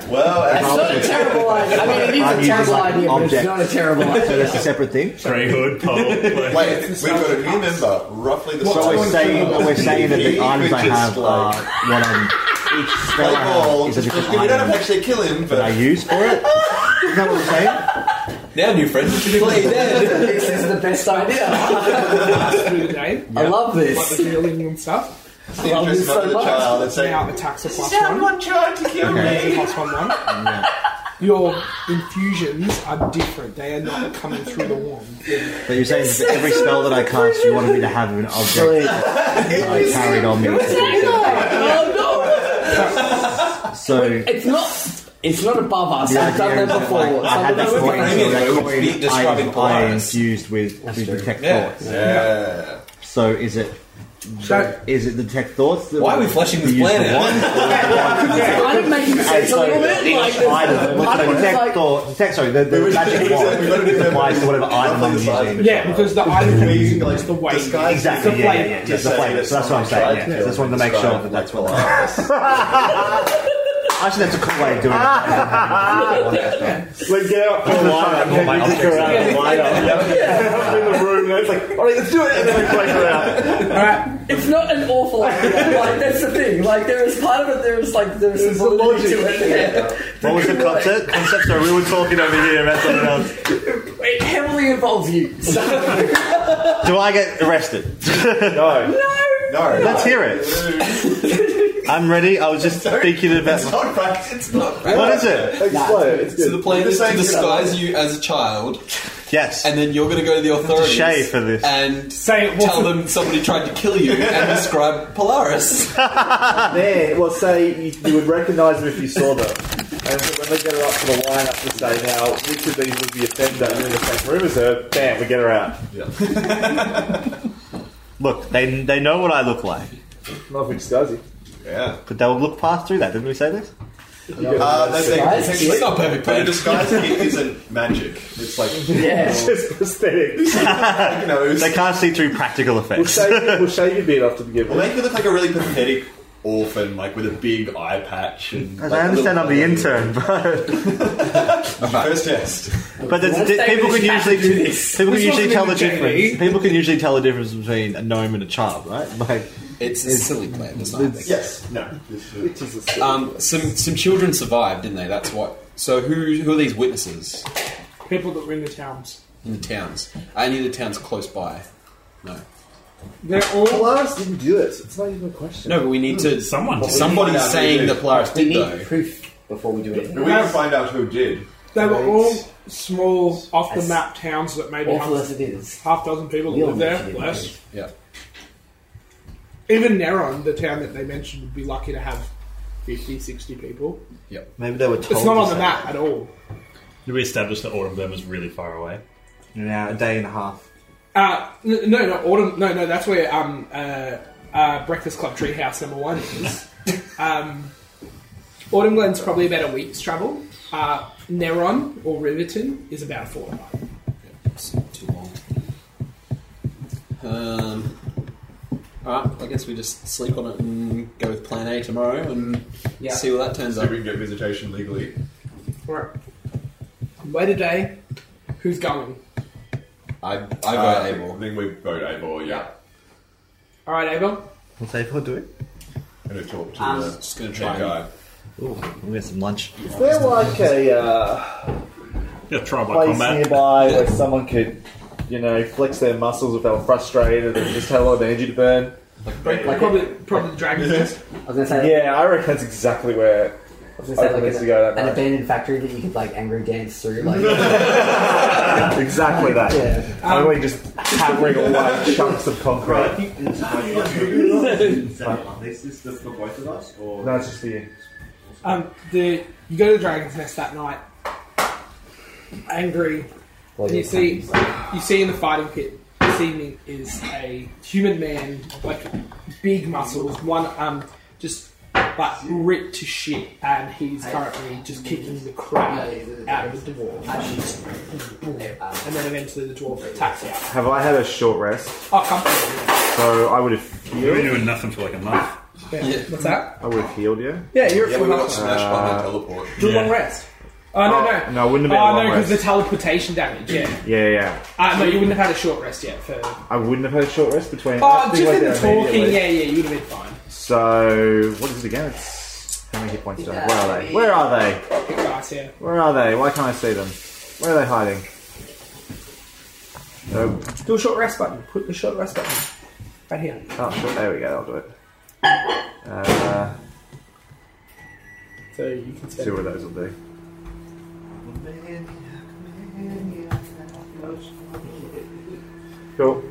S2: Well,
S8: Not a
S2: actually,
S8: terrible idea. I mean, it is
S3: I'm
S8: a
S3: using,
S8: terrible
S3: like, an
S8: idea, but it's
S3: object.
S8: not a terrible
S3: So
S8: idea.
S3: that's a separate thing.
S4: Greyhood, pole. Like,
S2: wait, we've got a new member, roughly the
S3: So
S2: same.
S3: we're saying, we're saying that
S2: He
S3: the items I
S2: could just,
S3: have are
S2: like,
S3: what I'm. Each spell
S2: play
S3: I
S2: ball.
S3: have is a different
S2: We don't have to
S3: item
S2: actually kill him,
S3: that I
S2: but
S3: use for it. Is that what we're saying?
S5: Now, new friend, what you do?
S8: this is the best idea.
S1: Pass through the day,
S8: I love
S1: like the
S8: this.
S1: healing and stuff.
S2: it's the interest
S8: so
S2: of the
S8: much.
S2: child. It's
S1: Now
S2: saying,
S1: attacks are plus one.
S6: tried to kill
S1: These are plus one one. Your infusions are different. They are not coming through the wand.
S3: But you're saying that every spell that I cast, you wanted me to have an object that I carried on me.
S8: oh,
S3: So
S8: It's not. It's not above us.
S3: The
S8: I've done
S3: idea
S8: that
S3: is that,
S8: before.
S3: like, I had that
S8: Someone
S3: coin,
S8: else-
S3: so that
S5: It would
S3: coin
S5: be describing
S3: I, I
S5: Polaris.
S3: infused with to detect
S5: Yeah.
S3: thoughts.
S2: yeah.
S3: So is it
S1: So
S3: is it detect thoughts? That
S5: Why are we fleshing this
S3: use
S5: plan
S3: the
S5: out?
S3: wand?
S8: kind of making sense a
S3: So
S8: little bit. Like,
S3: each item,
S8: I don't know,
S3: detect
S8: like-
S3: thought, detect, sorry, the, the magic wand applies to whatever item I'm
S2: Roughly the size of
S3: using.
S2: it.
S1: yeah, because the item you're using is the weight.
S2: disguise
S3: Exactly,
S1: the
S3: yeah, yeah,
S1: flavor.
S3: yeah, yeah, the flavor. So that's what I'm
S2: Tried
S3: saying.
S2: to
S3: Yeah.
S2: kill
S3: Just wanted to make
S2: describe
S3: sure that that's what.
S2: like
S3: Actually, that's a cool way of doing it.
S7: Like, get out for a while and
S3: my
S7: just go around and line up. in the room, and it's like, all right, let's do it, and then we play for out.
S8: It's not an awful idea. Like that's the thing. Like there is part of it. There is like there is
S7: There's a
S8: some logic
S7: logic.
S8: to it. Yeah.
S3: What was the concept? Concept? Sorry, we were talking over here about something else.
S8: It heavily involves you. So
S3: Do I get arrested?
S7: No.
S2: No,
S3: Let's hear it. I'm ready. I was just thinking about
S2: It's not right. It's not right.
S3: what is it?
S7: Explode. It's
S5: So
S7: good.
S5: the plan is to
S2: same
S5: disguise you as a child,
S3: Yes.
S5: and then you're going to go to the authorities
S3: shame for this.
S5: and
S1: Say it
S5: tell
S1: wasn't-
S5: them somebody tried to kill you and describe Polaris.
S7: There, well, say you, you would recognise them if you saw them. And when they get her up to the lineup to say, now, which of these was the offender? You're in the same room as her. Bam, we get her out.
S3: Look, they they know what I look like,
S7: Not if we disguise you.
S2: Yeah.
S3: but they'll look past through that. Didn't we say this?
S2: Uh, no, they-
S8: Guys,
S2: they-
S5: it's not a perfect
S2: But a
S5: plan.
S2: disguise kit isn't magic. It's like
S8: yeah.
S7: Just prosthetic.
S2: you know,
S3: They can't see through practical
S7: We'll
S3: effects.
S7: shave, we'll shave your beard after the
S2: Well,
S7: giveaway.
S2: make you look like a really pathetic orphan, like with a big eye patch. And
S3: As
S2: like,
S3: I
S2: a
S3: understand, I'm
S2: little-
S3: the intern, but
S2: First test.
S3: but it's,
S8: Let's take
S3: people
S8: this
S3: can
S8: back
S3: usually
S8: to this.
S3: people can
S1: This
S3: usually
S1: wasn't
S3: tell the
S1: in the
S3: difference.
S1: JV.
S3: People can usually tell the difference between a gnome and a child, right? Like
S5: It's a silly plan. It's not.
S2: Yes. No.
S5: Um, some some children survived, didn't they? That's what. So who who are these witnesses
S1: people that were in the towns.
S5: in the towns? Any of the towns close by? No.
S1: They're all
S7: Polaris didn't do it. It's not even a question.
S5: No, but we need to.
S4: someone just
S5: Somebody's
S2: Find out who
S5: saying
S2: did.
S5: that Polaris
S8: We
S5: did
S8: need
S5: though.
S8: proof before we do
S2: We
S8: anything.
S2: can find out who did.
S1: they were
S8: Right.
S1: all small off the
S8: As
S1: map towns that maybe
S8: Awful as
S1: half,
S8: it is,
S1: half dozen people
S8: we
S1: that
S8: all
S1: live
S8: know
S1: there.
S8: she didn't.
S1: Less.
S5: Yeah.
S1: Even Neron, the town that they mentioned, would be lucky to have 50, 60 people.
S3: maybe they were told.
S1: It's not
S3: to
S1: on the
S3: say
S1: map at all.
S4: Did we establish that all of them was really far away?
S3: that. An hour, a day and a half.
S1: Uh, n- no, no, autumn. No, no, that's where um, uh, uh, Breakfast Club Treehouse number one is. um, Autumn Glen's probably about a week's travel. Uh, Neron or Riverton is about a fortnight.
S5: It's too long. Um, alright, I guess we just sleep on it and go with plan A tomorrow and
S1: Yeah.
S5: see where that turns
S2: So
S5: out.
S2: we can get visitation legally.
S1: Right. Wait a day. Who's going?
S5: I, I vote
S2: Uh, I
S5: Abel.
S2: think we vote Abel, yeah.
S1: All right, Abel.
S10: What's April doing?
S2: I'm going to talk to
S5: I'm
S2: the
S5: just going to
S2: that
S5: try
S2: guy.
S5: and
S10: Ooh, I'm gonna get some lunch.
S3: Is there like a uh,
S4: Yeah, try by
S3: place
S4: combat.
S3: nearby where someone could, you know, flex their muscles if they were frustrated and just had a lot of energy to burn?
S1: Like probably, probably the Dragon's Nest.
S8: I was gonna say,
S3: Yeah, I reckon that's exactly where.
S8: I was gonna say
S3: I
S8: like
S3: guess we
S8: an,
S3: go that
S8: an
S3: way.
S8: abandoned factory that you could like angry dance through. Like,
S3: Exactly that.
S8: yeah.
S3: Only just hammering away chunks of concrete.
S10: This is just for both of us, or
S3: No, it's just for you.
S1: Um, the you go to the Dragon's Nest that night. Angry,
S8: Well,
S1: and you
S8: yeah.
S1: see, you see in the fighting pit this evening is a human man, like big muscles, one um, just like ripped to shit, and he's currently just kicking the crap out of the dwarf, and, just- and then eventually the dwarf attacks out.
S9: Have I had a short rest?
S1: Oh, come
S9: So I would have
S4: You've been doing nothing for like a month.
S1: on. Yeah. What's that?
S9: I would have healed you.
S1: Yeah, you're at
S11: Yeah,
S1: full
S11: we got
S1: health.
S11: smashed by that teleport.
S1: Do a
S4: Yeah.
S1: long rest. Oh, no, no.
S9: No, it wouldn't have been a
S1: Oh,
S9: long
S1: no, because the
S9: rest.
S1: teleportation damage, yeah.
S9: Yeah, yeah.
S1: Uh, no, you wouldn't have had a short rest yet for.
S9: I wouldn't have had a short rest between. I
S1: Oh,
S9: think
S1: just
S9: I
S1: in
S9: did
S1: the talking,
S9: immediately.
S1: yeah, yeah, you would have been fine.
S9: So what is it again? It's how many hit points do I have? Where are they? Where are they?
S1: Good guys, yeah.
S9: Where are they? Why can't I see them? Where are they hiding? No.
S1: Do a short rest button. Put the short rest button. Right here.
S9: Oh, sure. There we go. I'll do it. Uh,
S1: So you can
S9: see
S1: spend.
S9: what those will do. Cool.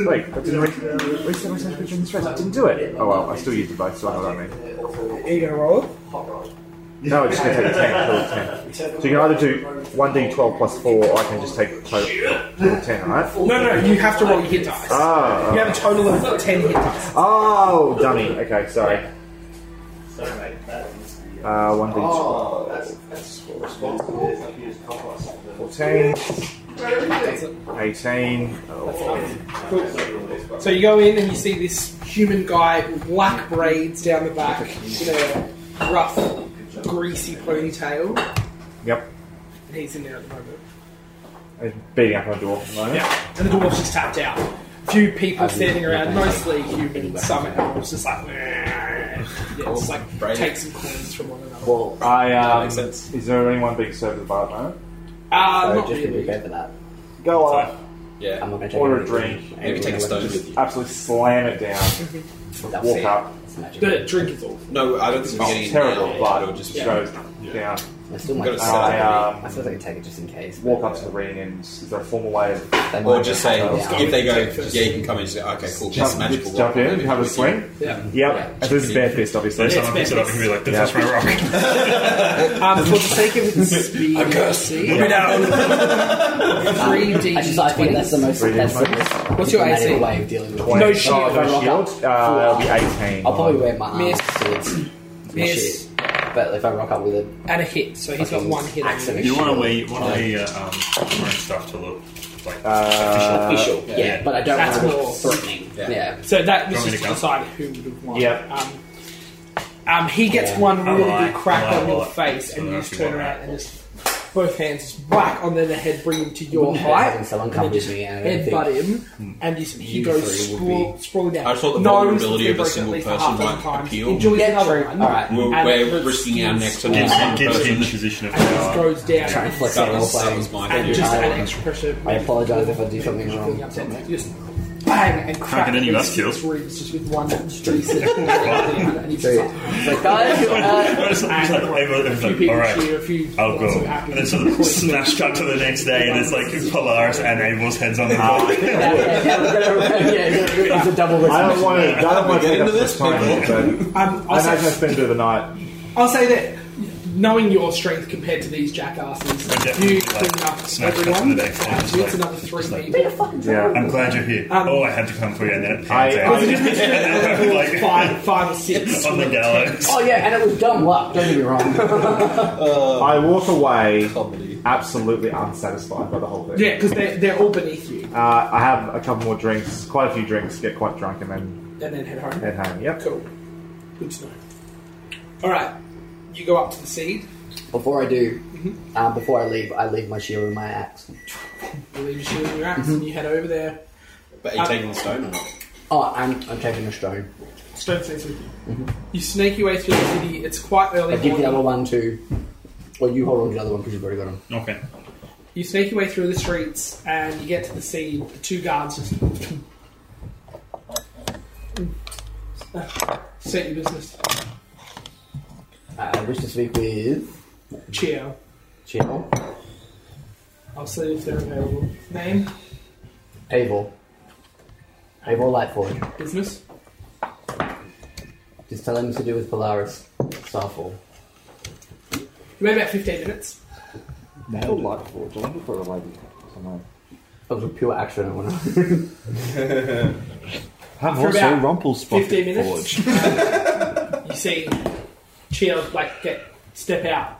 S9: Wait, that didn't make where's the- where's the- where's the rest? I didn't do it. Oh well, I still used the both, so I know what I mean.
S1: Are you going to roll it?
S9: No, I'm just going to take 10, total 10. So you can either do 1d12 plus 4, or I can just take total, total 10, right?
S1: No, no, no, you have to roll your hit dice.
S9: Oh,
S1: you have a total of 10 hit dice.
S9: oh, dummy. Okay, sorry. Uh, 1d12. 14, 18,
S1: Cool. So you go in and you see this human guy with black braids down the back in a rough, greasy ponytail.
S9: Yep.
S1: And he's in there at the moment.
S9: He's beating up on a dwarf at the moment.
S1: Yeah, and the dwarf's just tapped out. Few people standing around, mostly human, some animals, just like, yeah, just like
S5: Brave.
S1: take some clues from one another.
S9: Well, I, um,
S5: makes sense.
S9: Is there anyone being served at the bar at the moment?
S1: Uh,
S8: So
S1: not
S8: just to be
S1: really.
S8: prepared for that.
S9: Go up,
S5: Yeah.
S8: I'm not gonna take
S9: Order a
S8: anything.
S9: drink.
S8: And
S5: Maybe take a
S8: we're
S5: stone
S8: gonna
S5: with you.
S9: absolutely slam it down,
S8: That's
S9: walk
S8: it.
S9: up.
S8: It's magic.
S1: The drink is all.
S5: No, I don't think we're
S9: Oh,
S5: getting it
S9: terrible
S5: now.
S9: blood.
S5: It'll
S9: just
S5: just
S9: goes down.
S8: I still
S5: Gotta
S8: might.
S5: sell
S8: I,
S9: I
S5: it.
S8: I
S9: um,
S8: suppose I could take it just in case.
S9: walk up to the ring and is there a formal way of
S8: the.
S5: Or just say,
S8: Yeah.
S5: if they go, yeah, you can come in. Just go, okay, cool. That's
S9: jump,
S5: a magical
S9: just
S5: rock.
S9: jump in, have a
S5: Maybe
S9: swing?
S1: Yeah.
S9: Yep. So this is bare fist,
S4: So
S9: obviously.
S4: if someone
S1: it's
S4: picks it up and can be like, this is my rock.
S1: Um, for the sake of its speed, I'm cursed. Three D.
S8: I just I think that's the most.
S9: Three
S8: That's the
S9: D
S8: most
S1: What's your
S8: diplomatic
S1: AC?
S8: way of dealing with it.
S1: No shield.
S9: Oh, no shield. Uh, that'll be 18.
S8: I'll probably wear my arms.
S1: Miss.
S8: So it's my
S1: Miss.
S8: shit. But if I rock up with it,
S1: and a hit, so he's got one hit. on
S8: Axe and a
S1: you.
S4: You want to wear, want to wear your, um, wearing stuff to look like
S9: Uh,
S8: official. Yeah,
S4: yeah.
S8: but I don't
S1: That's
S8: want to
S1: more
S8: look threatening.
S5: Yeah.
S8: Yeah.
S1: So that was
S4: Want me
S1: just
S4: to
S1: to
S4: go?
S1: decide who would have won.
S9: Yep.
S1: Um, um, he gets
S8: Yeah. Oh,
S1: one really
S4: Ally.
S1: good crack
S4: Ally,
S1: on your
S4: ally.
S1: face,
S4: So
S1: and you
S4: that's
S1: just turn
S4: what I
S1: around and just both hands just whack on the head, bring him to your
S8: Wouldn't hurt having
S1: height,
S8: someone
S1: and then
S8: come
S1: just
S8: with me and
S1: headbutt him, and just, he
S8: Hmm. You
S1: goes
S8: three would
S1: sprawl, sprawling down.
S5: I thought the
S1: No,
S5: vulnerability of a
S1: break at
S5: single
S1: least
S5: person
S1: half a
S5: might
S1: times.
S5: appeal.
S1: Enjoy
S8: Yeah,
S1: another
S8: true.
S1: one.
S8: All right.
S5: We're,
S1: And
S5: we're
S1: it's-
S5: risking our necks on
S4: gives,
S5: one
S4: it gives him
S5: person.
S4: position of
S1: And he just
S4: power.
S1: goes down.
S8: Trying to flex
S5: That
S8: that role
S5: was, that
S8: playing.
S5: was my
S1: and
S5: idea.
S1: just
S8: Yeah.
S1: an extra pressure.
S8: I apologise if I do something wrong.
S1: Feeling upset. Just bang and crack
S4: get any of
S1: his-
S4: us killed.
S1: his ribs just with one decent. and he's
S8: So
S1: just like,
S8: yeah. It's like, guys, uh,
S4: It's like,
S1: a
S4: everyone's
S1: few
S4: like,
S1: people
S4: all right.
S1: cheer, a few
S4: I'll
S1: lots
S4: go.
S1: of happy
S4: And then sort of
S1: voices.
S4: smash cut to the next day, and it's like Polaris and Abel's heads on the
S8: yeah,
S4: board.
S8: yeah, yeah, we're gonna- yeah, yeah, it's a double risk.
S9: I don't want to. I don't want to
S5: get
S9: take up
S5: into
S9: this
S5: this,
S9: time, but
S1: Um,
S9: I
S1: I'll,
S9: imagine I
S1: say,
S9: spend a bit of the night.
S1: I'll say that knowing your strength compared to these jackasses,
S4: definitely
S1: you
S4: like
S1: clean up
S4: smack them
S1: everyone.
S4: in the back,
S1: Uh,
S4: just
S1: so it's
S4: like-
S1: another three
S4: just like-
S1: people.
S4: I'm glad you're here.
S1: Um,
S4: oh, I had to come for you, and then it
S9: I-
S4: pans out.
S1: Because it just means
S4: I'm like-
S1: five, five or six.
S4: on the gallows.
S8: Oh yeah, and it was dumb luck. Don't get me wrong.
S7: I walk away
S5: Comedy.
S7: absolutely unsatisfied by the whole thing.
S1: Yeah, because they're, they're all beneath you.
S8: Ah.
S7: Uh, I have a couple more drinks, quite a few drinks, get quite drunk, and then
S1: And then head home.
S7: head home. Yep.
S1: Cool. Good to know. Alright, you go up to the seed.
S8: Before I do, um, before I leave, I leave my shield and my axe.
S1: You leave your shield and your axe
S8: Mm-hmm.
S1: and you head over there.
S5: But are you
S1: Uh,
S5: taking the stone or not?
S8: Oh, and I'm taking a stone.
S1: Stone stays with you. You snake your way through the city. It's quite early
S8: Mm-hmm. I give the
S1: morning.
S8: other one to. Well, you hold on to the other one because you've already got him.
S4: Okay.
S1: You snake your way through the streets and you get to the sea. The two guards just set your business.
S8: Uh, I wish to speak with
S1: Cheer.
S8: Chino.
S1: I'll see if they're available. Name,
S8: Abel. Abel Lightford.
S1: business.
S8: Just tell him to do with Polaris. Starfall.
S1: You wait about 15 minutes.
S7: Nailed light forge. I wonder if we're related somehow.
S8: That was a pure accident. When I
S9: Have
S1: For also about
S9: Rumpelstiltskin
S1: 15 minutes. um, you see Cheer like get step out.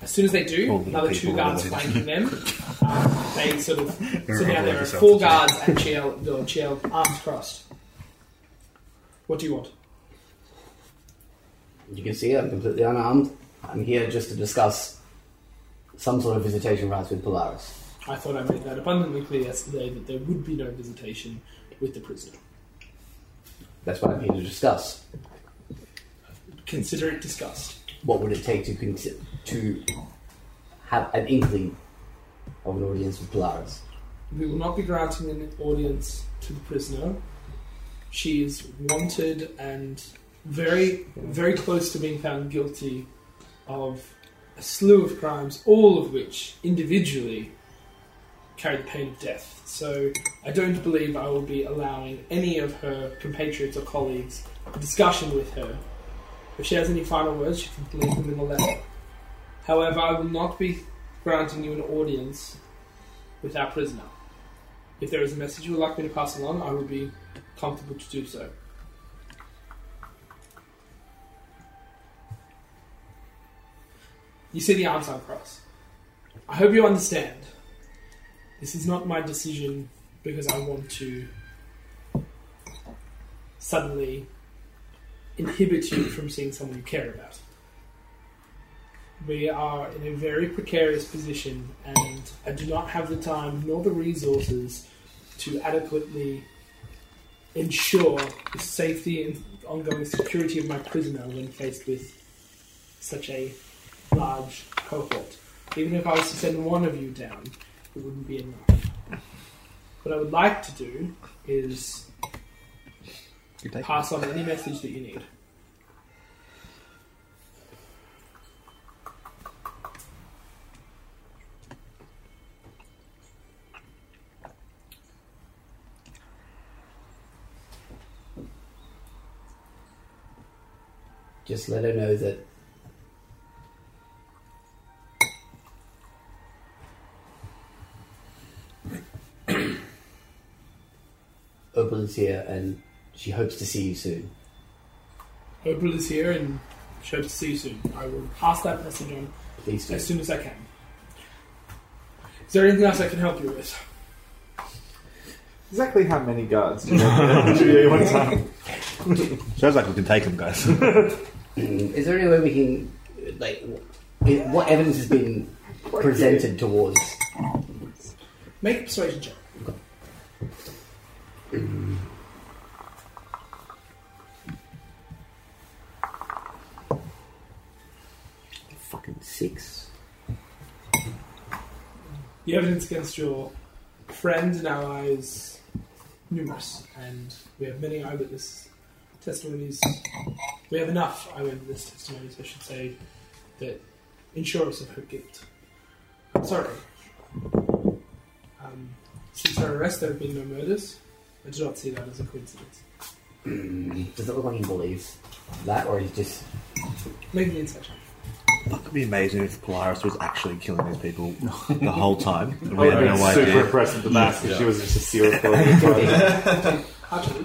S1: As soon as they do,
S4: All the
S1: another two
S4: people
S1: guards
S4: related.
S1: flanking them. Um, they sort of so now
S4: Everyone
S1: there are
S4: yourself
S1: four
S4: to check.
S1: guards and Cheer, the Cheer arms crossed. What do you want?
S8: You can see I'm completely unarmed. I'm here just to discuss some sort of visitation rights with Polaris.
S1: I thought I made that abundantly clear yesterday that there would be no visitation with the prisoner.
S8: That's what I'm here to discuss.
S1: Consider it discussed.
S8: What would it take to con- to have an inkling of an audience with Polaris?
S1: We will not be granting an audience to the prisoner. She is wanted and very, very close to being found guilty of a slew of crimes, all of which individually carry the pain of death. So I don't believe I will be allowing any of her compatriots or colleagues a discussion with her. If she has any final words, she can leave them in a letter. However, I will not be granting you an audience with our prisoner. If there is a message you would like me to pass along, I would be comfortable to do so. You see the arms cross. I hope you understand. This is not my decision because I want to suddenly inhibit you from seeing someone you care about. We are in a very precarious position, and I do not have the time nor the resources to adequately ensure the safety and ongoing security of my prisoner when faced with such a large cohort. Even if I was to send one of you down, it wouldn't be enough. What I would like to do is pass on any message that you need.
S8: Just let her know that Opal is here and she hopes to see you soon.
S1: Opal is here and she hopes to see you soon. I will pass that message on
S8: Please do.
S1: as soon as I can. Is there anything else I can help you with?
S7: Exactly how many guards do you have to do one time?
S3: Sounds like we can take them, guys.
S8: Mm, Is there any way we can, like, wh- what evidence has been presented towards?
S1: Make a persuasion check.
S8: Fucking six.
S1: The evidence against your friend and ally is numerous, and we have many eyewitness testimonies. We have enough eyewitness testimonies, I should say, that ensure us of her guilt. I'm sorry. Um, since her arrest, there have been no murders. I do not see that as a coincidence.
S8: Mm, Does it look like he believes that, or he's just
S1: Make me an insight check.
S3: It'd be amazing if Polaris was actually killing these people the whole time. and
S9: I
S3: we
S9: would
S3: had
S9: have been
S3: no
S9: super
S3: idea.
S9: impressed with Damascus. She was just a serial killer. at the time.
S1: Huddle,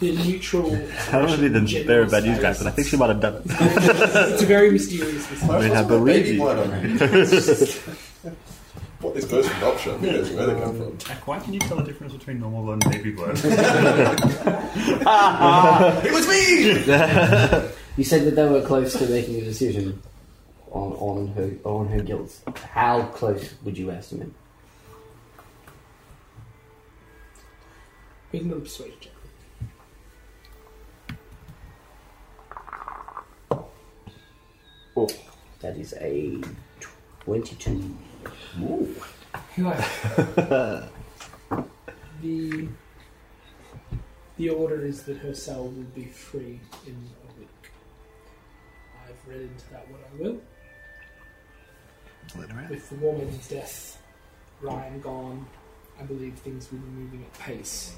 S1: the neutral.
S12: I don't really the bearer of bad news guy, but I think she might have done it.
S1: it's a very mysterious.
S12: I
S1: mistake.
S12: mean, I believe
S6: Baby
S12: you.
S6: blood on her. What this goes from Upshot? Who knows where they come from?
S4: Like, why can you tell the difference between normal blood and baby blood?
S6: It was me.
S8: You said that they were close to making a decision on, on her on her guilt. How close would you estimate?
S1: Make another persuasion check.
S8: That is a twenty-two.
S1: The the order is that her cell will be free in a week. I've read into that what I will. With the woman's death, Ryan gone, I believe things will be moving at pace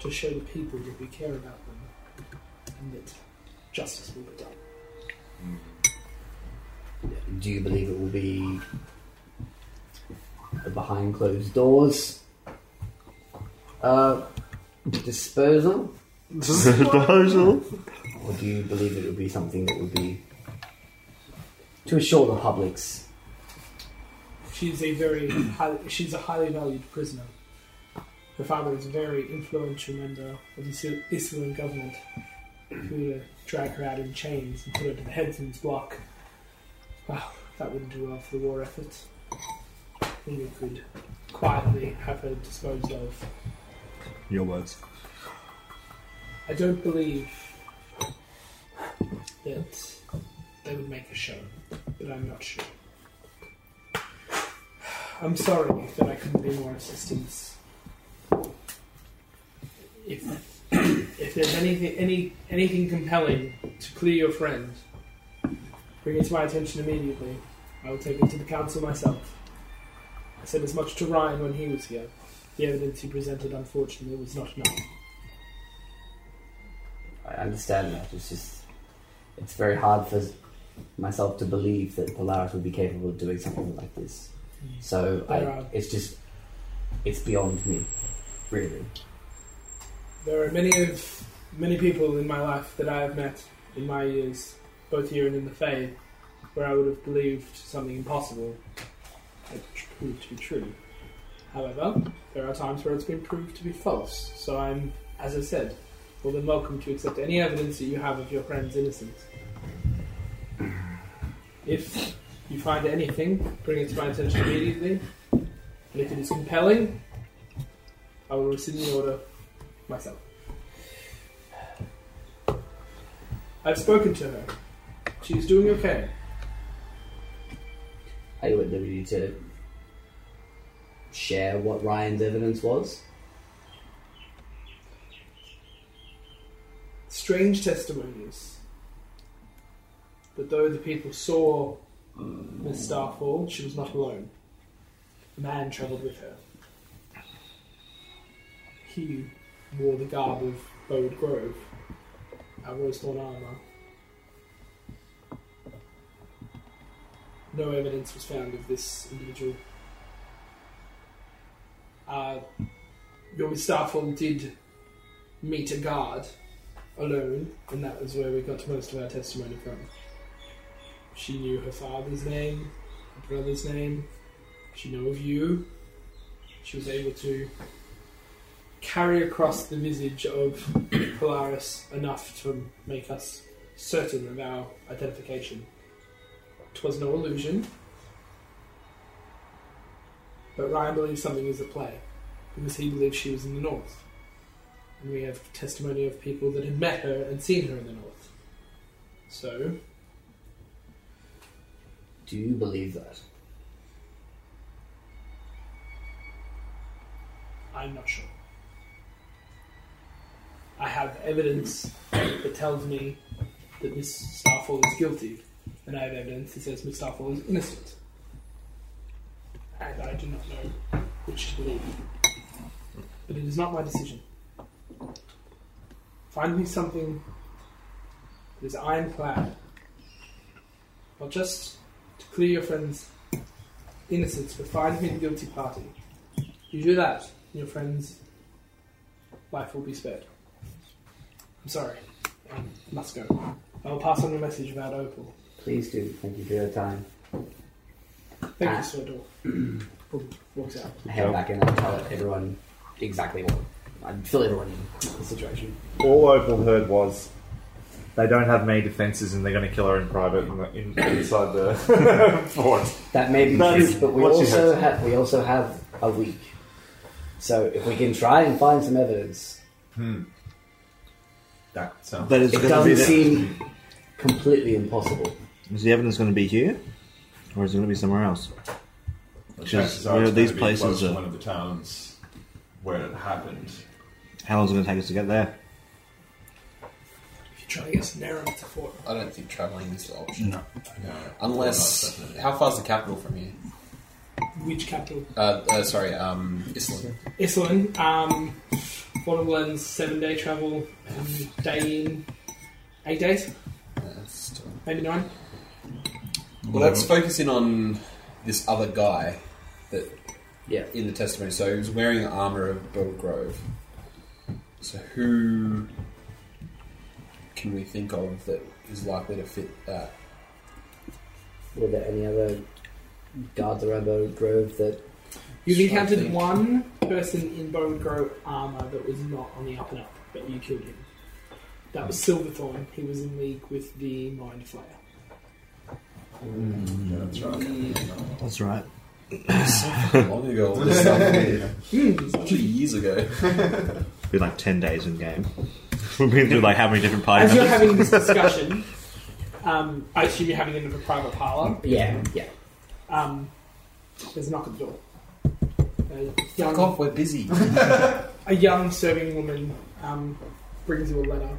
S1: to show the people that we care about them and that justice will be done.
S8: Do you believe it will be a behind closed doors uh, disposal,
S12: Disposal.
S8: or do you believe it will be something that would be to assure the public's
S1: She's a very highly, she's a highly valued prisoner. Her father is a very influential member of the Sil- Islam government, who uh, drag her out in chains and put her to the headsman's block. Well, that wouldn't do well for the war effort. And we could quietly have her disposed of.
S12: Your words.
S1: I don't believe that they would make a show, but I'm not sure. I'm sorry that I couldn't be more assistance. If if there's anything any anything compelling to clear your friend, bring it to my attention immediately. I will take it to the council myself. I said as much to Ryan when he was here. The evidence he presented, unfortunately, was not enough.
S8: I understand that. It's just it's very hard for myself to believe that Polaris would be capable of doing something like this. So
S1: There
S8: I,
S1: are-
S8: it's just it's beyond me, really.
S1: There are many of many people in my life that I have met in my years, both here and in the Fae, where I would have believed something impossible had proved to be true. However, there are times where it's been proved to be false. So I'm, as I said, more than welcome to accept any evidence that you have of your friend's innocence. If you find anything, bring it to my attention immediately. And if it is compelling, I will rescind the order myself. I've spoken to her. She's doing okay.
S8: Are you at liberty to share what Ryan's evidence was?
S1: Strange testimonies. But though the people saw Miss Starfall, she was not alone. A man travelled with her. He wore the garb of Bode Grove, our rose-thorn armour. No evidence was found of this individual. Uh, your Miss Starfall did meet a guard alone, and that was where we got most of our testimony from. She knew her father's name, her brother's name, she knew of you. She was able to carry across the visage of Polaris enough to make us certain of our identification. 'Twas no illusion. But Ryan believes something is at play, because he believes she was in the north. And we have testimony of people that had met her and seen her in the north. So,
S8: Do you believe that?
S1: I'm not sure. I have evidence that tells me that Miss Starfall is guilty, and I have evidence that says Miss Starfall is innocent. And I do not know which to believe. But it is not my decision. Find me something that is ironclad Not just to clear your friend's innocence, but find him in the guilty party. You do that, and your friend's life will be spared. I'm sorry. I must go. I will pass on your message about Opal.
S8: Please do. Thank you for your time.
S1: Thank
S8: Ah.
S1: you, Sir Door. Walks out.
S8: I head back in and tell everyone exactly what I fill everyone in the situation.
S9: All Opal heard was they don't have many defenses and they're going to kill her in private and in, inside the fort.
S8: That may be
S9: That
S8: true,
S9: is
S8: but we
S9: what she
S8: also
S9: said.
S8: have we also have a week. So if we can try and find some evidence,
S2: That sounds.
S3: That is
S8: it
S3: going to be
S8: doesn't
S3: the,
S8: seem completely impossible.
S3: Is the evidence going to be here? Or is it going to be somewhere else?
S2: the
S3: Just
S2: chances
S3: where
S2: it's
S3: these
S2: gonna be
S3: places
S2: close to
S3: are.
S2: one of the towns where it happened.
S3: How long is it going to take us to get there?
S1: If you try to get some narrow to Fort,
S5: I don't think travelling is an option.
S4: No.
S2: No,
S5: Unless,
S2: Well, that's
S5: how far's the capital from here?
S1: which capital?
S5: Uh, uh, sorry, um, Islam.
S1: Islin. Um, Waterlands, seven day travel, um, day in, eight days,
S5: Uh, still-
S1: maybe nine.
S5: Well, let's focus in on this other guy that
S8: Yeah.
S5: in the testimony. So he was wearing the armor of Belgrove. So who can we think of that is likely to fit that?
S8: Were there any other guards around the grove that
S1: You've
S5: Sure
S1: encountered
S5: thing.
S1: one person in Bone Grove armour that was not on the up and up, but you killed him. That was Silverthorn. He was in league with the Mind Flayer.
S3: That's right.
S5: Long ago, all this stuff. It was actually years ago.
S3: It'll be like 10 days in game. We've been through like how many different party
S1: As you're
S3: members?
S1: having this discussion, um, I assume you're having it in a private parlour.
S8: Yeah, yeah.
S1: Um, there's a knock at Uh, the door. A
S5: Fuck
S1: young,
S5: off, we're busy.
S1: a young serving woman um, brings you a letter.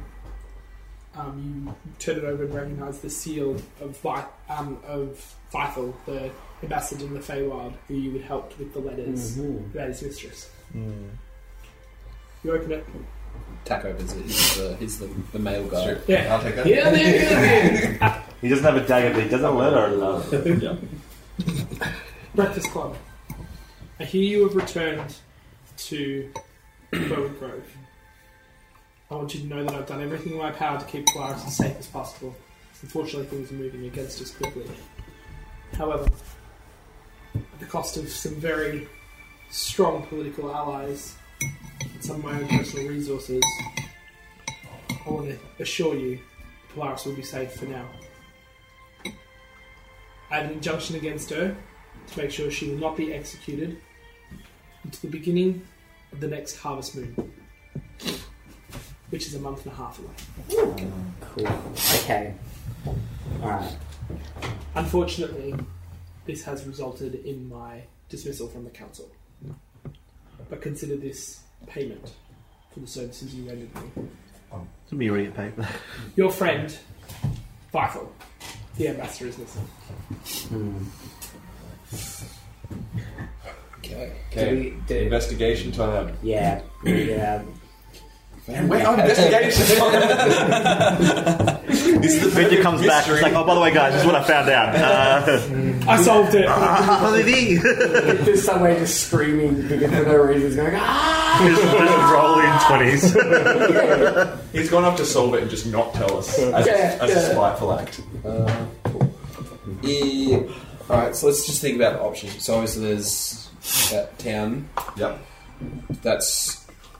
S1: Um, you turn it over and recognise the seal of Vi- um, of Vithal, the ambassador in the Feywild, who you had helped with the letters
S8: Mm-hmm.
S1: about his mistress. You open it.
S5: Taco visit. He's the, he's the, the male guy.
S2: Sure.
S1: Yeah.
S2: I'll take that.
S1: Yeah, there you go.
S9: He doesn't have a dagger, but he doesn't let her love.
S1: Breakfast Club. I hear you have returned to Bowen Grove. I want you to know that I've done everything in my power to keep Polaris as safe as possible. Unfortunately, things are moving against us quickly. However, at the cost of some very strong political allies and some of my own personal resources, I want to assure you Polaris will be safe for now. I have an injunction against her to make sure she will not be executed until the beginning of the next harvest moon, which is a month and a half away.
S8: Cool. Okay. Alright.
S1: Unfortunately, this has resulted in my dismissal from the council. But consider this payment for the services you rendered me.
S3: It'll be already at pay for that.
S1: Your friend, Vital, the ambassador, is missing.
S5: Okay.
S8: Do
S2: Okay.
S8: we, do,
S2: Investigation time.
S8: yeah. We, um,
S2: Wait, oh, investigation.
S3: Victor comes back and it's like, oh, by the way, guys, this is what I found out. Uh,
S1: I solved it.
S8: There's somewhere just screaming because for no reason, going ah.
S12: Just roll in 20s.
S2: He's gone off to solve it and just not tell us. As,
S8: Yeah,
S2: as
S8: yeah.
S2: a spiteful act.
S5: Yeah. All right. So let's just think about the options. So obviously there's that town.
S2: Yep.
S5: That's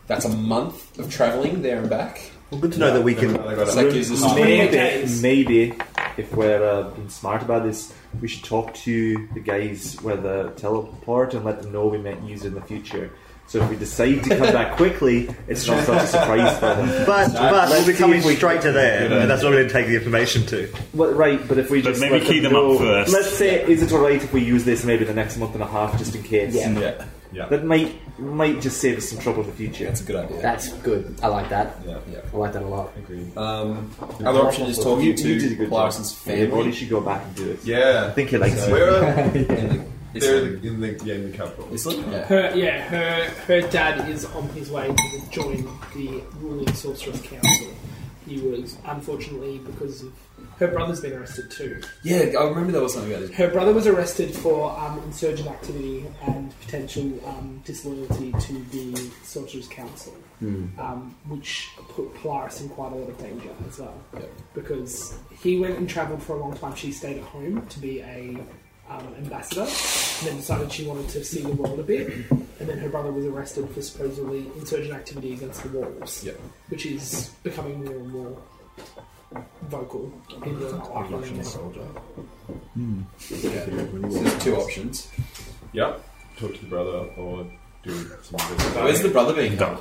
S5: that's a month of travelling there and back.
S3: well, good to know that we can.
S2: I got
S5: So
S2: it.
S5: that gives us
S9: Maybe,
S1: days.
S9: maybe if we're uh, being smart about this, we should talk to the guys with the teleport and let them know we might use it in the future. So if we decide to come back quickly, it's not such a surprise for them.
S3: But, but we'll be
S9: see
S3: coming
S9: if we-
S3: straight to there, and that's what we're going to take the information to.
S9: Well, right, but if we
S4: But
S9: just
S4: maybe
S9: let
S4: key them up
S9: know-
S4: first.
S9: Let's say, is it alright if we use this maybe the next month and a half, just in case?
S8: Yeah.
S2: Yeah. Yeah.
S9: That might might just save us some trouble in the future.
S5: That's a good idea.
S8: That's good. I like that.
S2: Yeah.
S5: yeah.
S8: I like that a lot.
S2: Agreed.
S5: Um, other option is talking
S9: You- you did a
S5: to
S9: good
S5: Polaris's
S9: job. Yeah, Roddy
S5: family.
S9: should go back and do it.
S2: Yeah.
S9: I think he likes it.
S2: Where are
S5: It's
S2: they're in the yeah, in the capital?
S5: Islam? Yeah.
S1: Her, yeah, her her dad is on his way to join the ruling sorceress council. He was unfortunately because of Her brother's been arrested too.
S5: Yeah, I remember there was something about this.
S1: Her brother was arrested for um, insurgent activity and potential um, disloyalty to the Sorcerer's Council, um, which put Polaris in quite a lot of danger as well. Because he went and travelled for a long time. She stayed at home to be a um, ambassador, and then decided she wanted to see the world a bit. And then her brother was arrested for supposedly insurgent activity against the walls,
S5: Yep.
S1: which is becoming more and more vocal in the
S4: Russian
S1: Ireland.
S4: soldier.
S5: Yeah. So there's two options.
S2: Yeah. Talk to the brother or do some
S5: Where's the brother being done?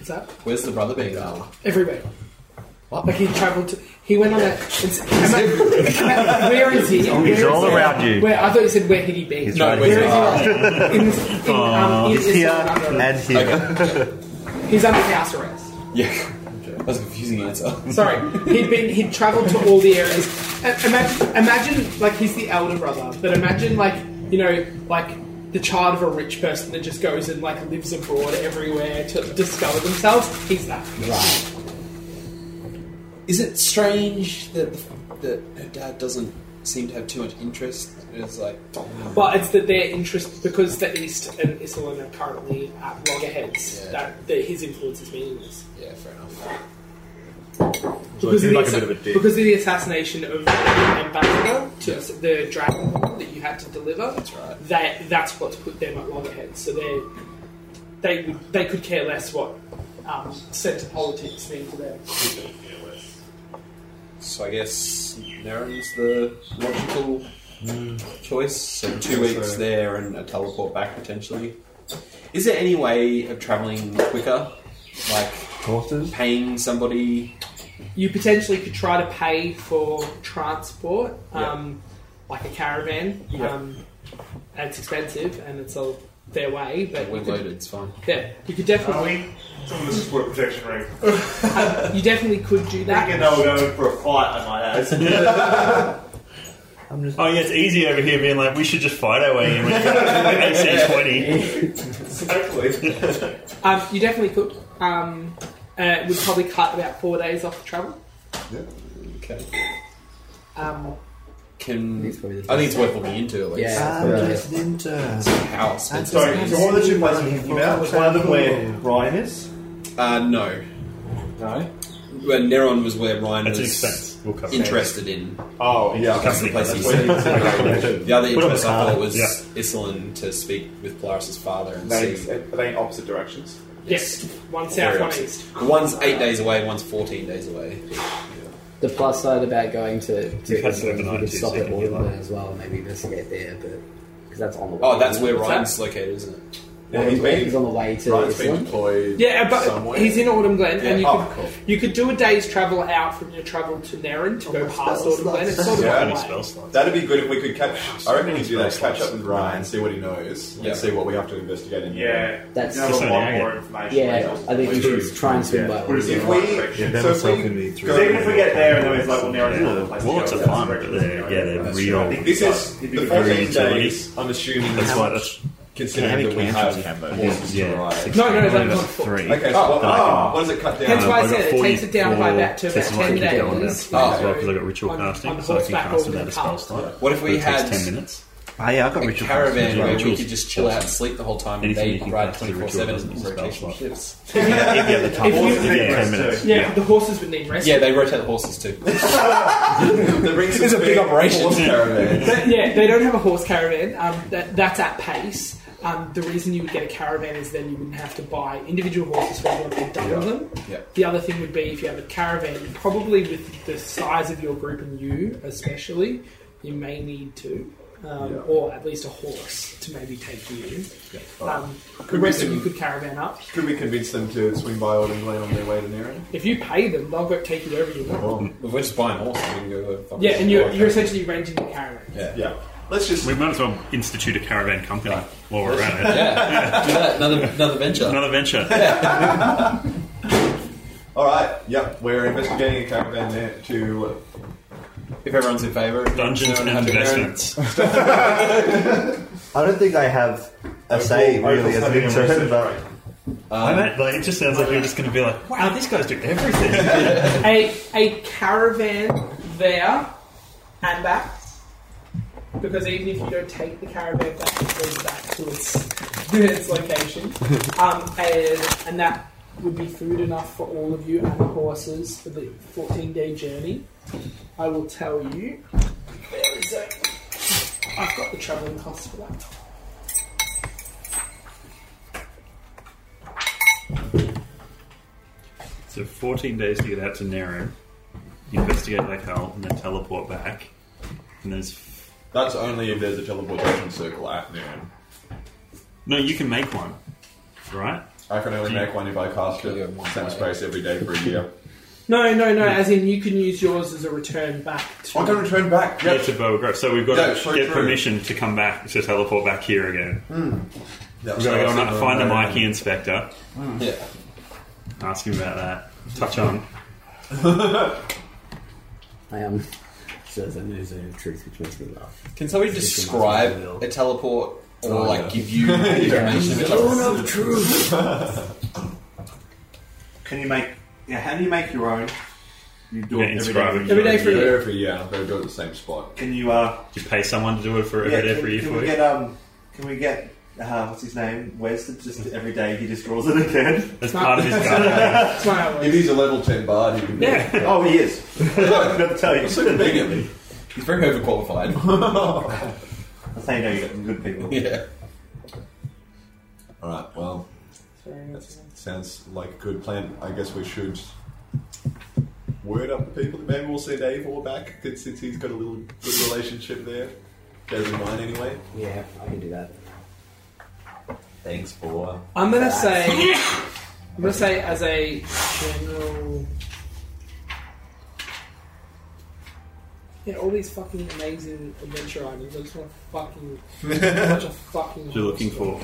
S1: Is that
S5: Where's the brother being done?
S1: everywhere?
S5: What?
S1: Like he travelled to. He went on a. It's, am I- am I- where is he? Where
S12: he's
S1: is
S12: all
S1: he?
S12: around you.
S1: Where I thought you said where did he be?
S12: He's
S5: No,
S12: right
S5: wait,
S12: here.
S1: where is he? right? in, in, um, in
S12: He's here
S1: Istanbul, under-
S12: and here.
S1: He's under house arrest.
S5: Yeah. That was a confusing answer.
S1: Sorry, he'd been he'd travelled to all the areas. A- Imagine, imagine like he's the elder brother, but imagine like you know like the child of a rich person that just goes and like lives abroad everywhere to discover themselves. He's that.
S8: Right.
S5: Is it strange that that her dad doesn't seem to have too much interest? It's like
S1: But it's that their interest, because the East and Isilin are currently at loggerheads,
S5: Yeah.
S1: that, that his influence is meaningless.
S5: yeah, fair enough.
S1: Because of,
S12: seems
S1: the,
S12: like a
S1: assa-
S12: bit of a dick.
S1: because of the assassination of the ambassador to the dragon that you had to deliver, that's
S5: right.
S1: That that's what's put them at loggerheads. So they they would they could care less what um, centre politics mean to them.
S5: So I guess Naren's the logical choice. So two weeks there and a teleport back potentially. Is there any way of travelling quicker? Like
S12: Horses?
S5: paying somebody?
S1: You potentially could try to pay for transport, um, like a caravan.
S5: Yeah.
S1: Um, and it's expensive and it's all their way, but
S5: We're
S1: you could,
S5: loaded. It's fine.
S1: yeah, you could definitely Um,
S12: we? Some of this is for protection ring.
S1: you definitely could do that.
S12: know we're going for a fight, I might add. Oh yeah, it's easy over here being like, we should just fight our way in. We've got AC twenty.
S2: Exactly.
S1: Um, you definitely could. Um, uh, it would probably cut about four days off the travel.
S5: Okay.
S1: Um,
S5: Can I
S8: It's probably the-
S5: think it's worth looking into at least.
S4: Ah,
S8: Yeah.
S5: How expensive?
S12: Sorry,
S5: it
S12: so
S5: is.
S12: what are the two places you're thinking about? Was one of them where Ryan is?
S5: Uh, no.
S12: No.
S5: Well, Neron was where Ryan
S4: That's an
S5: was
S4: expense. We'll cover
S5: interested in.
S2: Oh, yeah.
S5: That's the place he said. The other interest I thought was Isilin to speak with Polaris's father and
S9: They,
S5: see.
S2: uh,
S9: are they in opposite directions?
S1: yes, one south,
S5: Very
S1: one
S5: upset.
S1: east.
S5: The one's eight days away, one's 14 days away.
S8: The plus side about going to, to
S4: You've had to overnight
S8: you could
S4: too,
S8: stop
S4: so
S8: at
S4: you can get
S8: Waterburn
S4: like-
S8: as well, maybe investigate there, but because that's on the way.
S5: Oh, that's where
S1: What's
S5: Ryan's located, isn't it?
S2: Yeah, he's
S8: He's
S2: been,
S8: on the way to
S2: Ryan's been
S8: Iceland.
S2: deployed
S1: Yeah, uh, but
S2: somewhere.
S1: he's in Autumn Glen,
S5: Yeah,
S1: and you
S5: oh,
S1: could
S5: cool.
S1: you could do a day's travel out from your travel to Naryn
S5: Oh,
S1: to go past Autumn Glen. It's sort of
S2: Yeah.
S1: on the
S4: Any
S1: way.
S4: spell slots?
S2: That'd be good if we could catch. I reckon we do that. Catch up with Ryan, see what he knows, and
S5: Yeah.
S2: see what we have to investigate. In
S12: Yeah.
S8: That's-
S12: You have
S4: Just
S12: a
S4: an
S12: lot
S4: agate.
S12: more information.
S8: Yeah, I think we
S2: True.
S8: should try and swim by.
S12: Yeah. Because
S2: If
S12: If we-
S2: we,
S12: Yeah,
S2: so if we
S12: Because even if we get there and then it's like, well, there is another place. to
S4: Wallets
S12: go,
S4: are
S12: that's
S4: fine,
S12: where
S4: but
S12: it's
S4: they're,
S12: going.
S4: yeah, they're real.
S2: this is the
S4: very
S2: 14
S4: utility.
S2: days. I'm assuming
S4: That's
S2: how
S4: why
S2: much,
S4: that's
S2: considering
S12: How
S2: that
S12: many
S2: we
S12: cans
S2: have
S12: do you have, though?
S2: horses to
S4: Yeah,
S2: ride.
S1: No, no, that's not four.
S12: Three.
S2: Okay, so what,
S12: oh.
S2: Ah. what does it cut down?
S1: Hence why I
S4: Um, I've got
S1: said it
S4: four-
S1: takes it down by about to about
S4: that's
S1: ten
S4: what I can do
S1: days.
S4: on that
S5: Oh,
S4: as well because I got ritual
S1: on-
S4: casting,
S1: on
S4: so I can
S1: horseback
S4: cast
S1: or
S4: without a spell
S1: cart.
S4: slot.
S5: What if we
S4: It takes
S5: had-
S4: ten minutes.
S3: Oh yeah, I've got
S5: A
S3: ritual.
S5: caravan
S4: Yeah,
S5: where we
S4: rituals.
S5: could just chill out and sleep the whole time
S4: Anything you
S5: and they
S4: can
S5: ride
S4: cast through
S5: 24
S4: ritual
S5: 7
S4: doesn't spell
S5: rotation
S4: slot.
S5: shifts.
S12: If you have the time.
S1: If you-
S12: You get ten minutes.
S1: Yeah, the horses would need rest.
S5: Yeah, they rotate the horses too.
S2: This
S5: is a big operation.
S1: But yeah, they don't have a horse caravan. Um, that, that's at pace. Um, the reason you would get a caravan is then you wouldn't have to buy individual horses for everyone to be done with them.
S5: Yeah.
S1: The other thing would be if you have a caravan, probably with the size of your group and you especially, you may need to, um, or at least a horse to maybe take you. Um, the
S2: we
S1: rest of
S2: do-
S1: you could caravan up.
S2: Could we convince them to swing by Old England on their way to Nerin?
S1: If you pay them, they'll go take you wherever you want.
S2: Well,
S5: If we're just buying horses, we can go. fucking-
S1: Yeah, and you're, you're essentially renting the caravan.
S2: yeah. Let's just.
S4: We might as well institute a caravan company while we're at it.
S5: Yeah, do that. Another, another venture.
S4: Another venture.
S2: All right. Yep. We're investigating a caravan there to.
S5: If everyone's in favour.
S4: Dungeons and investments.
S3: I don't think I have a say really as an intern, but
S4: I meant, like, it just sounds like you're just going to be like, wow, these guys do everything.
S1: A, a caravan there and back. Because even if you don't take the caravan back, it goes back to its, its location. Um, and, and that would be food enough for all of you and the horses for the 14 day journey. I will tell you. There is a. I've got the travelling costs for that.
S4: So 14 days to get out to Nero, investigate like hell, and then teleport back. And there's. F-
S2: That's only if there's a teleportation circle at noon.
S4: no, you can make one, right?
S2: I can only make one if I cast it same space every day for a year.
S1: No, no, no, as in you can use yours as a return back to.
S2: I can return back.
S4: Yeah,
S2: Yep.
S4: to Bow Grove. So we've got
S2: Yeah,
S4: to
S2: so
S4: get
S2: true.
S4: permission to come back to teleport back here again.
S3: Hmm.
S2: That's
S4: We've got to go
S2: what I
S4: and
S2: was
S4: find the
S2: thinking.
S4: Mikey inspector,
S5: Yeah.
S4: ask him about that, touch on.
S8: I um, am. Says I know the uh, truth, which makes me laugh.
S5: Can somebody describe a teleport or
S4: Oh,
S5: like give you information?
S8: Zone of truth.
S3: Can you make? Yeah, how do you make your own? You do
S4: Yeah,
S3: it every
S4: inscribe
S3: day.
S4: it.
S1: Every day for a year.
S2: Every year, I've got to go to the same spot.
S3: Can you? Uh,
S4: Do you pay someone to do it for
S3: yeah,
S4: every day
S3: can,
S4: for you
S3: can
S4: for
S3: we
S4: you?
S3: get? Um, can we get? Uh, what's his name? Wes to just every day he just draws it again.
S4: That's part of his guy.
S1: That's why I
S2: If
S1: was.
S2: he's a level 10 bard, he can do it.
S4: Yeah.
S3: Oh, he is. I forgot to tell you.
S2: So big at me.
S5: He's very overqualified.
S3: That's how you know you got some good people.
S5: yeah.
S2: Alright, well, that sounds like a good plan. I guess we should word up the people. Maybe we'll send Eivor back, 'cause since he's got a little good relationship there. Better than mine, anyway.
S8: Yeah, I can do that.
S2: Thanks, for.
S1: I'm gonna say. I'm gonna say as a general. Yeah, all these fucking amazing adventure items. I just want a fucking. bunch of fucking.
S4: You're looking for.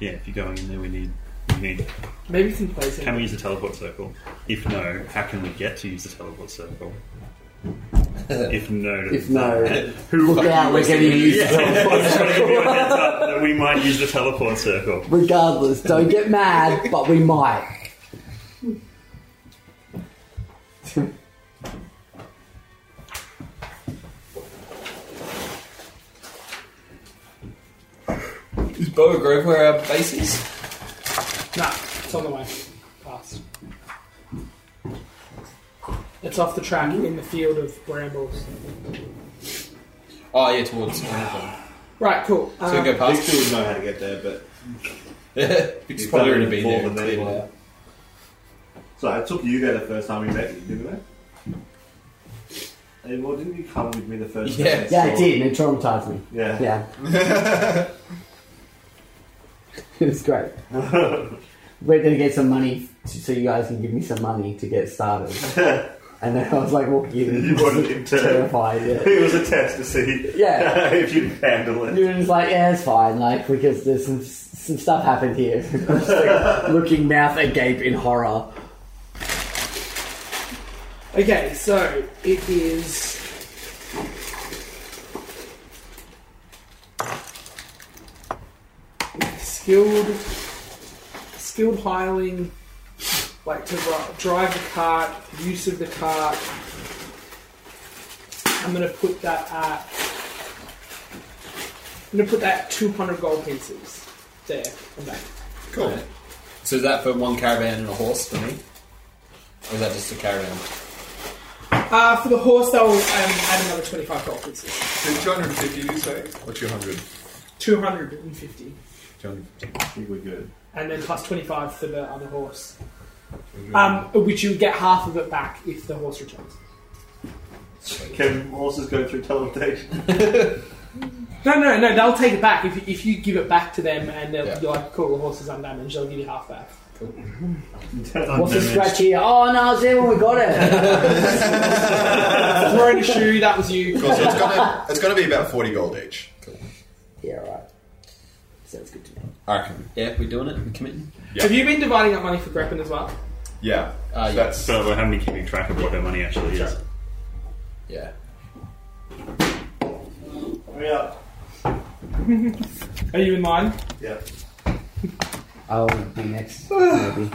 S4: Yeah, if you're going in there, we need we need.
S1: Maybe you can play some.
S4: Can we use the teleport circle? If no, how can we get to use the teleport circle? If no, to-
S8: If no,
S4: who?
S8: look out, we're getting used to
S4: I'm just trying to give you a heads up that we might use the teleport circle.
S8: Regardless, don't get mad, but we might.
S5: Is Boa Grove where our base is?
S1: Nah, it's on the way. Past. It's off the track in the field of brambles.
S5: Oh yeah, towards Oregon.
S1: Right, cool.
S5: So we
S1: Um,
S5: go
S7: Big
S5: past.
S7: two would know how to get there, but
S5: He's probably already been
S7: more
S5: there.
S7: than they were.
S9: So I took you there the first time we met, didn't I? Hey, well, didn't you come with me the first
S5: Yeah.
S9: time? I
S8: Yeah, it
S9: saw-
S8: did, and it traumatized me.
S9: Yeah.
S8: Yeah. it was great. We're going to get some money to, so you guys can give me some money to get started. and then I was like walking in.
S9: You wanted him to-
S8: Terrified, yeah.
S9: It was a test to see
S8: Yeah.
S9: if you'd handle it.
S8: You were just like, yeah, it's fine, like, because there's some, some stuff happened here. Just, like, looking mouth agape in horror.
S1: okay, so it is. Skilled. Skilled hiling, like to ri- drive the cart, use of the cart. I'm gonna put that at. I'm gonna put that at 200 gold pieces. There, and back.
S5: Cool. So is that for one caravan and a horse for me? Or is that just a caravan?
S1: Uh, for the horse, they'll um, add another 25 gold pieces.
S2: So 250, you say? Or 200?
S1: 250.
S2: 200.
S1: And then plus 25 for the other horse. Um, which you get half of it back if the horse returns.
S9: Can horses go through teleportation?
S1: No, no, no, they'll take it back. If, if you give it back to them and they'll,
S5: Yeah.
S1: you're like, cool, the horse is undamaged, they'll give you half back.
S8: What's the scratch here? Oh, no, it's there when we got it.
S1: Throwing a shoe, that was you.
S2: Cool, so it's gonna, it's gonna be about 40 gold each.
S8: yeah, right. Sounds good to me.
S2: I reckon.
S5: Yeah, we're doing it. We're committing.
S1: Have you been dividing up money for Greppin as well?
S2: Ah, Yeah.
S5: Uh, yeah.
S2: That's.
S4: So we're having to keep track of what her money actually is.
S5: Yeah.
S9: Hurry up.
S1: Are you in mine?
S9: Yeah.
S8: I'll be next, maybe.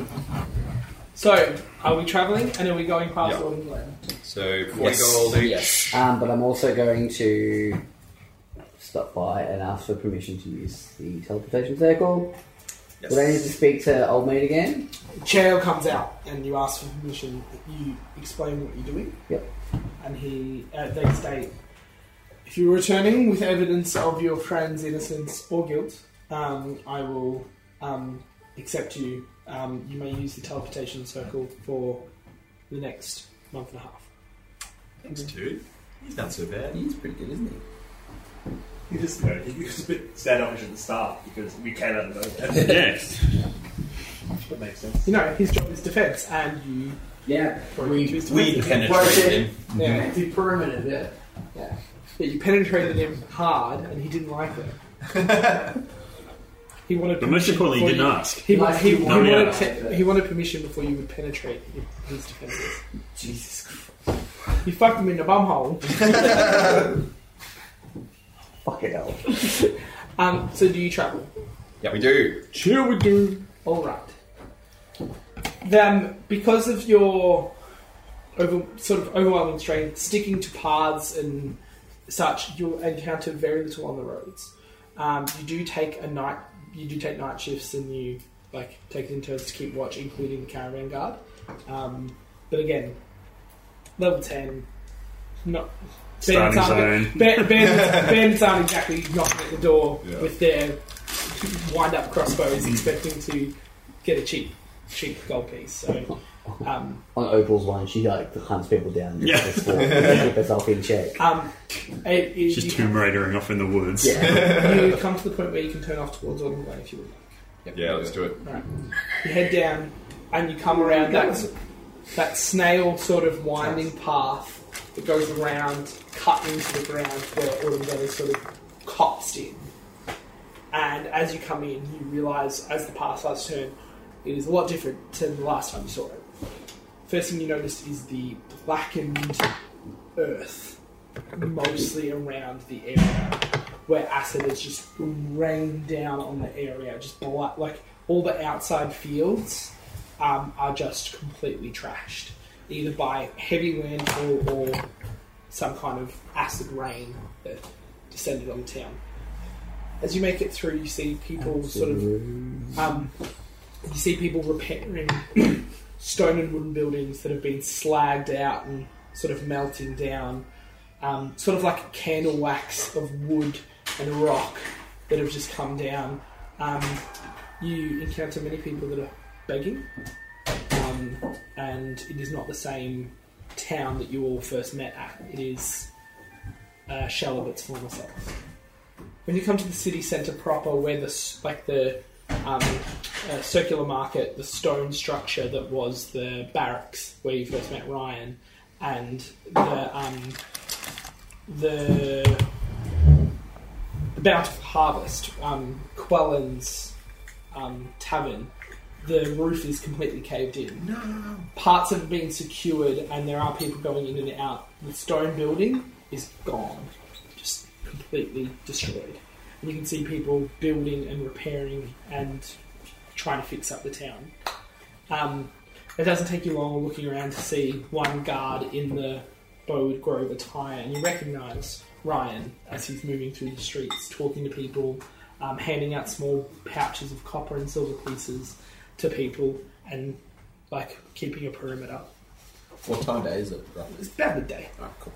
S1: So, are we travelling and are we going past
S5: Yeah.
S1: Lord Glen?
S5: So forty
S8: Yes.
S5: gold eh? each.
S8: Yes. Um, but I'm also going to stop by and ask for permission to use the teleportation circle.
S5: Yes.
S8: Would I need to speak to old mate again?
S1: Chael comes out and you ask for permission. You explain what you're doing.
S8: Yep.
S1: And he, uh, they state, if you're returning with evidence of your friend's innocence or guilt, um, I will um, accept you. Um, you may use the teleportation circle for the next month and a half.
S5: Thanks, dude. He's not so bad.
S8: He's pretty good, isn't he?
S12: You just you know, he was a bit standoffish at the start because we came out of nowhere.
S4: Yes.
S12: that makes sense.
S1: You know, his job is defence, and you.
S8: Yeah.
S1: broke into his
S5: We
S1: defence.
S5: penetrated him.
S1: Yeah.
S8: The perimeter there. Yeah.
S1: Yeah, you penetrated him hard, and he didn't like it. he wanted.
S4: But most
S1: permission
S4: importantly, he
S1: before
S4: didn't
S1: you-
S4: ask.
S1: He, wa- he, he,
S4: No, yeah.
S1: wanted to- he wanted permission before you would penetrate his defences.
S8: Jesus Christ.
S1: You fucked him in the bumhole.
S9: Fucking hell.
S1: Um, so do you travel?
S5: Yeah, we do.
S1: Sure we do. All right. Then, because of your over, sort of overwhelming strength, sticking to paths and such, you'll encounter very little on the roads. Um, you do take a night. You do take night shifts, and you like take it in turns to keep watch, including the caravan guard. Um, but again, level ten, not
S4: Starting
S1: bandits aren't-
S4: zone.
S1: ba- bandits- bandits aren't exactly knocking at the door
S2: Yeah.
S1: with their wind-up crossbows, expecting to get a cheap, cheap gold piece. So. Um,
S8: On Opal's one, she like hunts people down.
S4: Yeah.
S8: Just for- to Keep herself in check.
S1: Um, it, it,
S4: Just
S1: you,
S4: tomb raidering off in the woods.
S8: Yeah.
S1: you come to the point where you can turn off towards Autumn Lane if you would like.
S2: Yeah, let's do it.
S1: Right. You head down and you come around that, that snail sort of winding path that goes around, cut into the ground where Autumn Lane is sort of copsed in. And as you come in, you realise as the path starts to turn, it is a lot different to the last time you saw it. First thing you notice is the blackened earth, mostly around the area where acid has just rained down on the area. Just bla like all the outside fields um, are just completely trashed, either by heavy landfall or some kind of acid rain that descended on the town. As you make it through, you see people sort of um, you see people repairing stone and wooden buildings that have been slagged out and sort of melting down, um, sort of like candle wax of wood and rock that have just come down. Um, you encounter many people that are begging, um, and it is not the same town that you all first met at. It is a shell of its former self. When you come to the city centre proper, where the s- like the um, uh, circular market, the stone structure that was the barracks where you first met Ryan, and the um, the, the bountiful harvest, um, Quellen's um, tavern. The roof is completely caved in. No. Parts have been secured, and there are people going in and out. The stone building is gone, just completely destroyed. And you can see people building and repairing and trying to fix up the town. Um, it doesn't take you long looking around to see one guard in the Bowood Grove attire, and you recognise Ryan as he's moving through the streets, talking to people, um, handing out small pouches of copper and silver pieces to people, and like keeping a perimeter.
S5: What time day is it? Roughly?
S1: It's about midday.
S5: Ah, cool.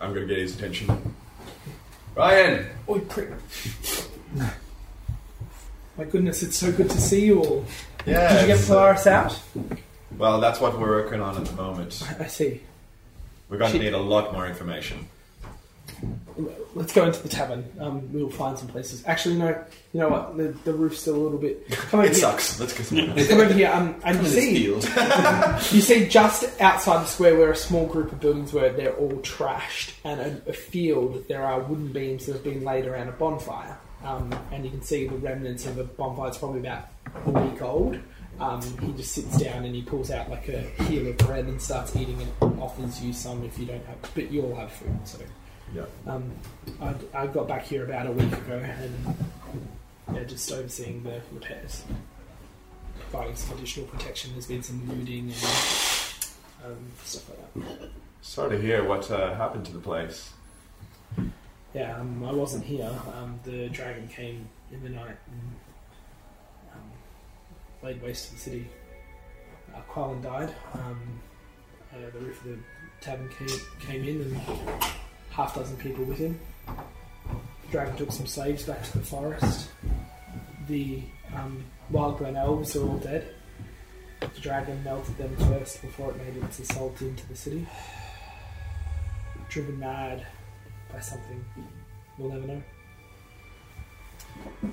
S2: I'm gonna get his attention. Ryan!
S1: Oi, prick. My goodness, it's so good to see you all.
S2: Yeah.
S1: Did you get Polaris out?
S2: Well, that's what we're working on at the moment.
S1: I see.
S2: We're going
S1: She-
S2: to need a lot more information.
S1: Let's go into the tavern. Um, we'll find some places. Actually, no. You know what? The, the roof's still a little bit. Come over
S2: It
S1: here.
S2: sucks. Let's get some.
S1: Come over here. Um, and you see, you see, just outside the square where a small group of buildings were, they're all trashed, and a, a field there are wooden beams that have been laid around a bonfire, um, and you can see the remnants of a bonfire. It's probably about a week old. Um, he just sits down and he pulls out like a heel of bread and starts eating it. and Offers you some if you don't have, but you'll have food. So.
S2: Yeah.
S1: Um, I, I got back here about a week ago and yeah, just overseeing the repairs. providing some additional protection. There's been some looting and um, stuff like that.
S2: Sorry to hear what uh, happened to the place.
S1: Yeah, um, I wasn't here. Um, the dragon came in the night and um, laid waste to the city. Uh, Quillen died. Um, uh, the roof of the tavern came, came in and half dozen people with him. The dragon took some slaves back to the forest. The um, wild glen elves are all dead. The dragon melted them first before it made its assault into the city. Driven mad by something we'll never know.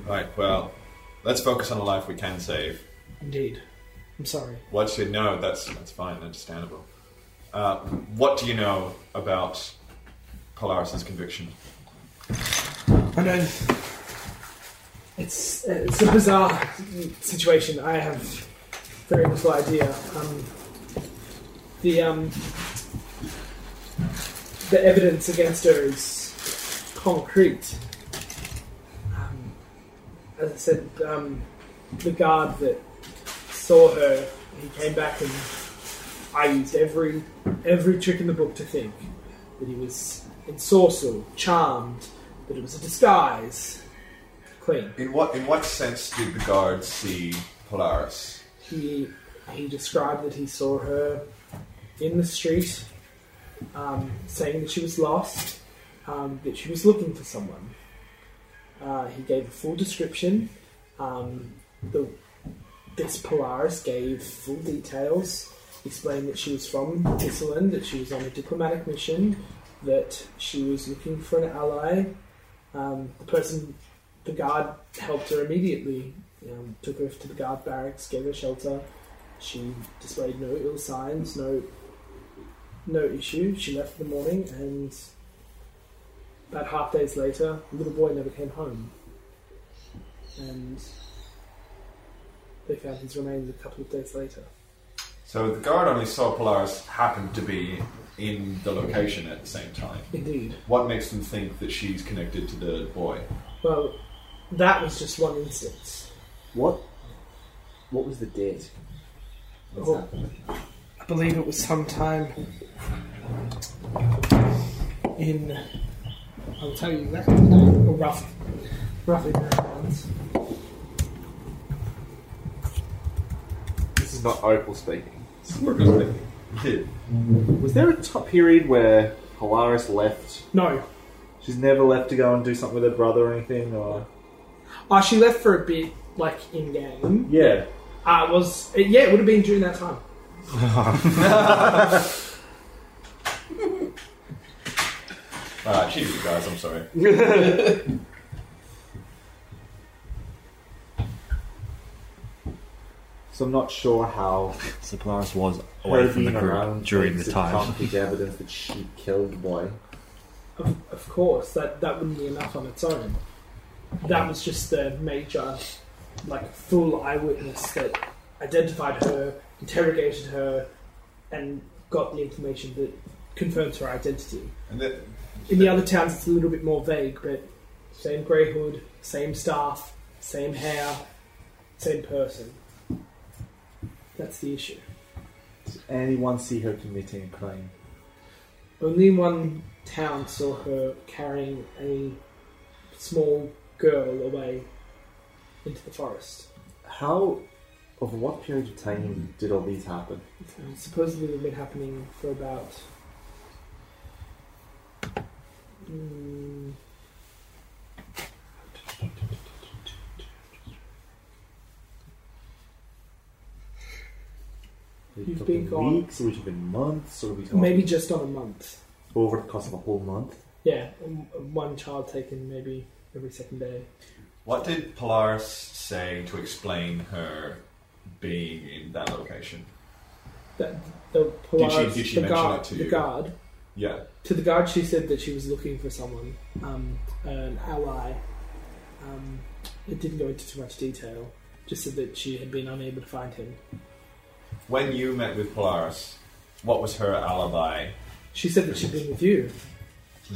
S2: Right, well, let's focus on the life we can save.
S1: Indeed. I'm sorry.
S2: What you know, that's that's fine, understandable. Uh, what do you know about Polaris's conviction?
S1: I know. It's it's a bizarre situation. I have very little idea. Um, the um, the evidence against her is concrete. Um, as I said, um, the guard that saw her, he came back and I used every every trick in the book to think that he was ensorcelled, charmed, that it was a disguise. Clean.
S2: In what in what sense did the guards see Polaris?
S1: he he described that he saw her in the street, um, saying that she was lost, um, that she was looking for someone. Uh, he gave a full description. Um, the, this Polaris gave full details, explained that she was from Iceland, that she was on a diplomatic mission, that she was looking for an ally. Um, the person, the guard, helped her immediately um, took her to the guard barracks, gave her shelter. She displayed no ill signs, no no issue. She left in the morning, and about half days later, the little boy never came home. And they found his remains a couple of days later.
S2: So the guard only saw Polaris happened to be in the location at the same time.
S1: Indeed.
S2: What makes them think that she's connected to the boy?
S1: Well, that was just one instance.
S7: What? What was the date?
S1: Well, I believe it was sometime in. I'll tell you exactly the name, or rough, roughly thereabouts.
S9: This is not Opal speaking. Was there a top period where Polaris left?
S1: No,
S9: She's never left to go and do something with her brother or anything, or
S1: uh, she left for a bit, like in game.
S9: yeah.
S1: Uh, it was uh, yeah, it would have been during that time.
S2: Ah, cheesy guys, I'm sorry.
S9: So I'm not sure how
S3: So Polaris was away from the
S9: being
S3: group
S9: around
S3: during
S9: makes
S3: the
S9: it
S3: time.
S9: concrete evidence that she killed the boy.
S1: Of, of course, that that wouldn't be enough on its own. That was just the major, like full eyewitness that identified her, interrogated her, and got the information that confirms her identity.
S2: And the,
S1: In the other towns, it's a little bit more vague, but same grey hood, same staff, same hair, same person. That's the issue.
S9: Did anyone see her committing a crime?
S1: Only one town saw her carrying a small girl away into the forest.
S9: How? Over what period of time did all these happen?
S1: And supposedly, they've been happening for about mm,
S9: Are we
S1: You've
S9: talking
S1: been gone-
S9: weeks, or are we talking months, or are we talking
S1: maybe just on a month.
S9: over the course of a whole month?
S1: Yeah, um, one child taken maybe every second day.
S2: what did Polaris say to explain her being in that location?
S1: That the
S2: Did
S1: Polaris,
S2: she- did she
S1: the
S2: mention
S1: guard,
S2: it to
S1: the
S2: you?
S1: guard.
S2: Yeah.
S1: To the guard, she said that she was looking for someone, um, an ally. Um, it didn't go into too much detail. Just said that she had been unable to find him.
S2: When you met with Polaris, what was her alibi?
S1: She said that she'd been with you.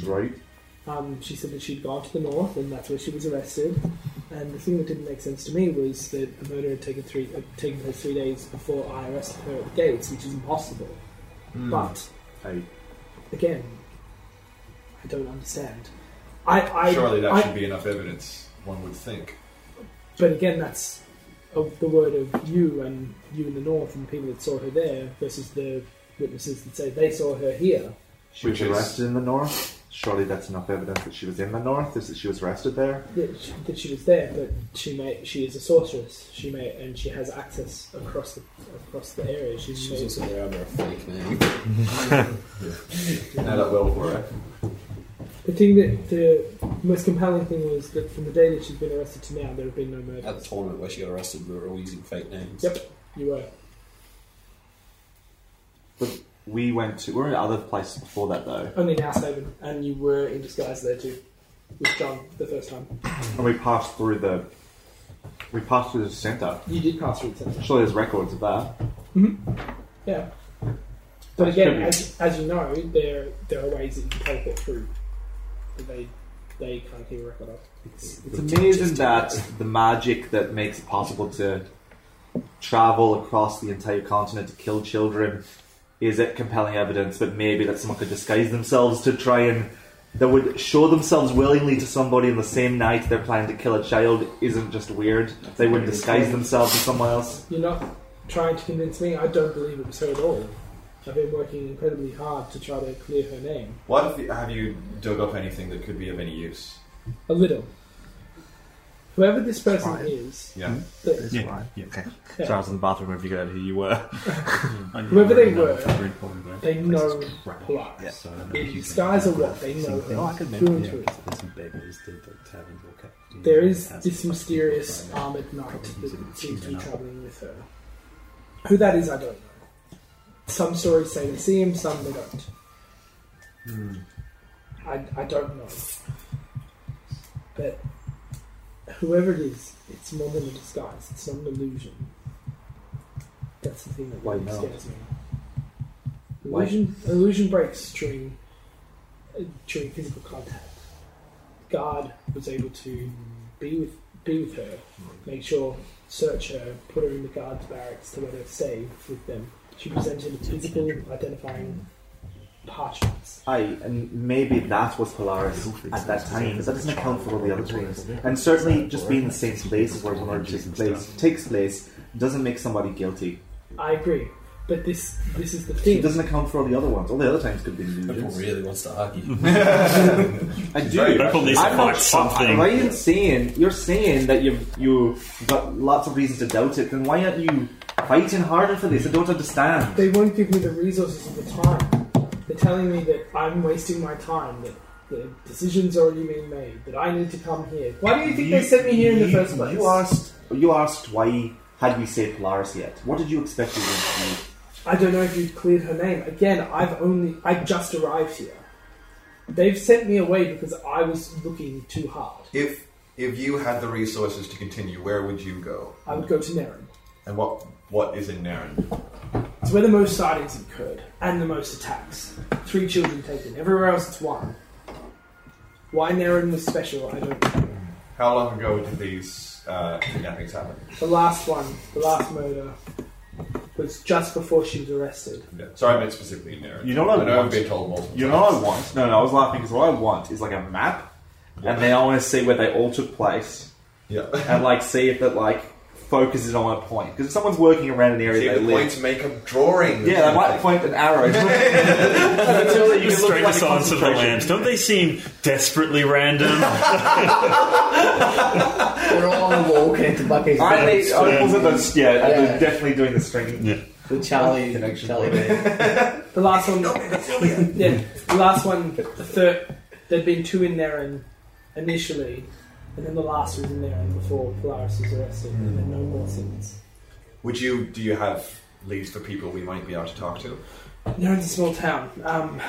S9: Right.
S1: Um, she said that she'd gone to the north, and that's where she was arrested. And the thing that didn't make sense to me was that the murder had taken three had taken place three days before I arrested her at the gates, which is impossible.
S2: Hmm.
S1: But
S9: I-
S1: again, I don't understand. I, I
S2: Surely that
S1: I-
S2: should be enough evidence, one would think.
S1: But again, that's of the word of you and you in the north and the people that saw her there versus the witnesses that say they saw her here.
S9: She was
S2: Which is-
S9: arrested in the north. Surely that's enough evidence that she was in the north, is that she was arrested there.
S1: That she, that she was there, but she may she is a sorceress. She may and she has access across the across the area. She's,
S5: She's
S1: she's
S5: also there under a fake name.
S2: Now that well for her.
S1: the thing that the most compelling thing was that from the day that she's been arrested to now, there have been no
S5: At the
S1: murders.
S5: tournament where she got arrested, we were all using fake names.
S1: Yep, you were.
S9: But we went to, we were in other places before that though.
S1: Only now seven, and you were in disguise there too, with John the first time.
S9: And we passed through the, we passed through the centre.
S1: You did pass through the centre.
S9: Surely there's records of that.
S1: Yeah. But
S9: That's
S1: again,
S9: pretty-
S1: as, as you know, there there are ways that you can teleport through. That they they can't keep a record of.
S9: It's amazing that the magic that makes it possible to travel across the entire continent to kill children is it compelling evidence, but maybe that someone could disguise themselves to try and that would show themselves willingly to somebody on the same night they're planning to kill a child isn't just weird. They would disguise themselves to someone else.
S1: You're not trying to convince me. I don't believe it was her at all. I've been working incredibly hard to try to clear her name.
S2: What if you, have you dug up anything that could be of any use?
S1: A little. Whoever this person is,
S2: Yeah.
S9: Hmm?
S1: that,
S3: Yeah. yeah. Okay.
S1: Yeah.
S3: Sorry, I was in the bathroom. If you could out who you were.
S1: Whoever they were,
S4: We'd probably go.
S1: they know
S12: Right.
S1: Polaris.
S3: Yeah.
S12: So I don't know
S1: The
S12: if you
S1: disguise
S12: can-
S1: are what they know.
S12: Something.
S1: her
S12: Oh, I could
S1: through and
S12: remember. Yeah,
S1: through.
S12: because there's some beggars that the taverns will cut.
S1: There is this mysterious armoured knight that seems to be travelling with her. Who that is, I don't know. Some stories say they see him, some they don't.
S9: Hmm.
S1: I, I don't know. But whoever it is, it's more than a disguise, it's not an illusion. That's the thing that
S9: Why
S1: really
S9: not?
S1: scares me.
S9: Why-
S1: Illusion, illusion breaks during, uh, during physical contact. Guard was able to be with be with her, make sure, search her, put her in the guards' barracks to let her stay with them. She presented physical identifying parchments.
S9: Aye, and maybe that was Polaris at that time, because that doesn't account for all the other things. And certainly just being in the same place where the murder takes place, takes place doesn't make somebody guilty.
S1: I agree, but this this is the
S9: It
S1: thing.
S9: doesn't account for all the other ones. All the other times could be
S5: People
S9: illusions.
S5: really wants to argue.
S9: I do.
S4: Purple needs to
S9: I'm
S4: fight
S9: not
S4: something.
S9: Why are you saying you're saying that you've you've got lots of reasons to doubt it? Then why aren't you fighting harder for this? I don't understand.
S1: They won't give me the resources of the time. They're telling me that I'm wasting my time. That the decision's already been made. That I need to come here. Why do you think they sent me here in the
S9: You-
S1: first place?
S9: You asked. You asked why had we saved Polaris yet? What did you expect we were going to do?
S1: I don't know if you've cleared her name. Again, I've only I just arrived here. They've sent me away because I was looking too hard.
S2: If if you had the resources to continue, where would you go?
S1: I would go to Naren.
S2: And what what is in Naren?
S1: It's where the most sightings have occurred and the most attacks. Three children taken. Everywhere else, it's one. Why Naren was special, I don't know.
S2: How long ago did these uh, kidnappings happen?
S1: The last one, the last murder, was just before she was arrested.
S2: Yeah. Sorry, I meant specifically in Naren.
S9: You know what I
S2: I know I've
S9: want?
S2: been told multiple
S9: You know
S2: times.
S9: what I want? No, no, I was laughing because what I want is like a map, and then I want to see where they all took place,
S2: Yeah.
S9: and like see if it like focuses on a point. Because if someone's working around an area
S2: See,
S9: they
S2: the
S9: live,
S2: points make a drawing.
S9: yeah, they might point an arrow. Until
S4: You straight the silence of the lambs. Don't they seem desperately random?
S8: We're all on the wall connected by pieces.
S9: I need. I wasn't the, yeah, I was
S8: Yeah.
S9: definitely doing the string.
S4: yeah.
S8: the Charlie
S3: Connection
S8: Charlie Day.
S1: The last one. yeah, the last one. The third. There'd been two in there and initially, and then the last was in there and before Polaris was arrested, and then no more since.
S2: Would you do you have leads for people we might be able to talk to?
S1: Naren's a small town. Um,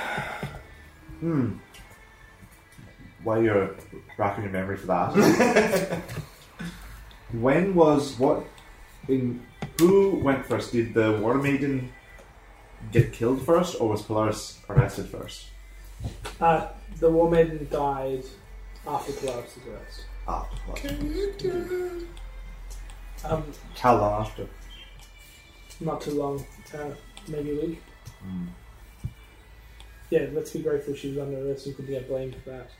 S9: While you're racking your memory for that, when was what? In who went first? Did the Water Maiden get killed first, or was Polaris arrested first?
S1: uh, the War Maiden died after Polaris was arrested.
S9: Ah,
S7: up. Like,
S1: Um,
S7: how long after?
S1: not too long, uh, maybe a week. Yeah, let's be grateful she was under arrest and couldn't get blamed for that.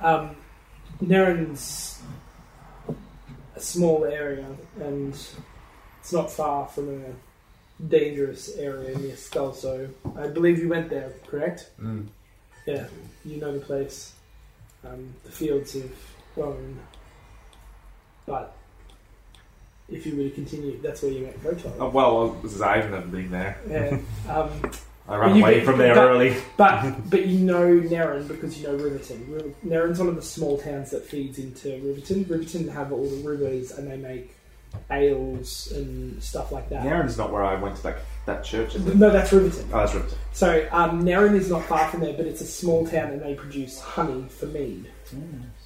S1: um, Neren's a small area, and it's not far from a dangerous area near Skelso. I believe you went there, correct?
S6: Mm.
S1: Yeah, you know the place. Um, the fields have grown, but if you were to continue, that's where you met Kotar.
S9: Oh, well, this is, I've never been there.
S1: Yeah. Um,
S9: I ran
S1: You
S9: away
S1: could-
S9: from there
S1: that-
S9: early.
S1: but but you know Nerin because you know Riverton. River, Nerin's one of the small towns that feeds into Riverton. Riverton have all the rivers and they make ales and stuff like that.
S9: Naren's not where I went to that, that church, is it?
S1: No, that's Riverton.
S9: Oh, that's right.
S1: So um, Nerin is not far from there, but it's a small town and they produce honey for mead,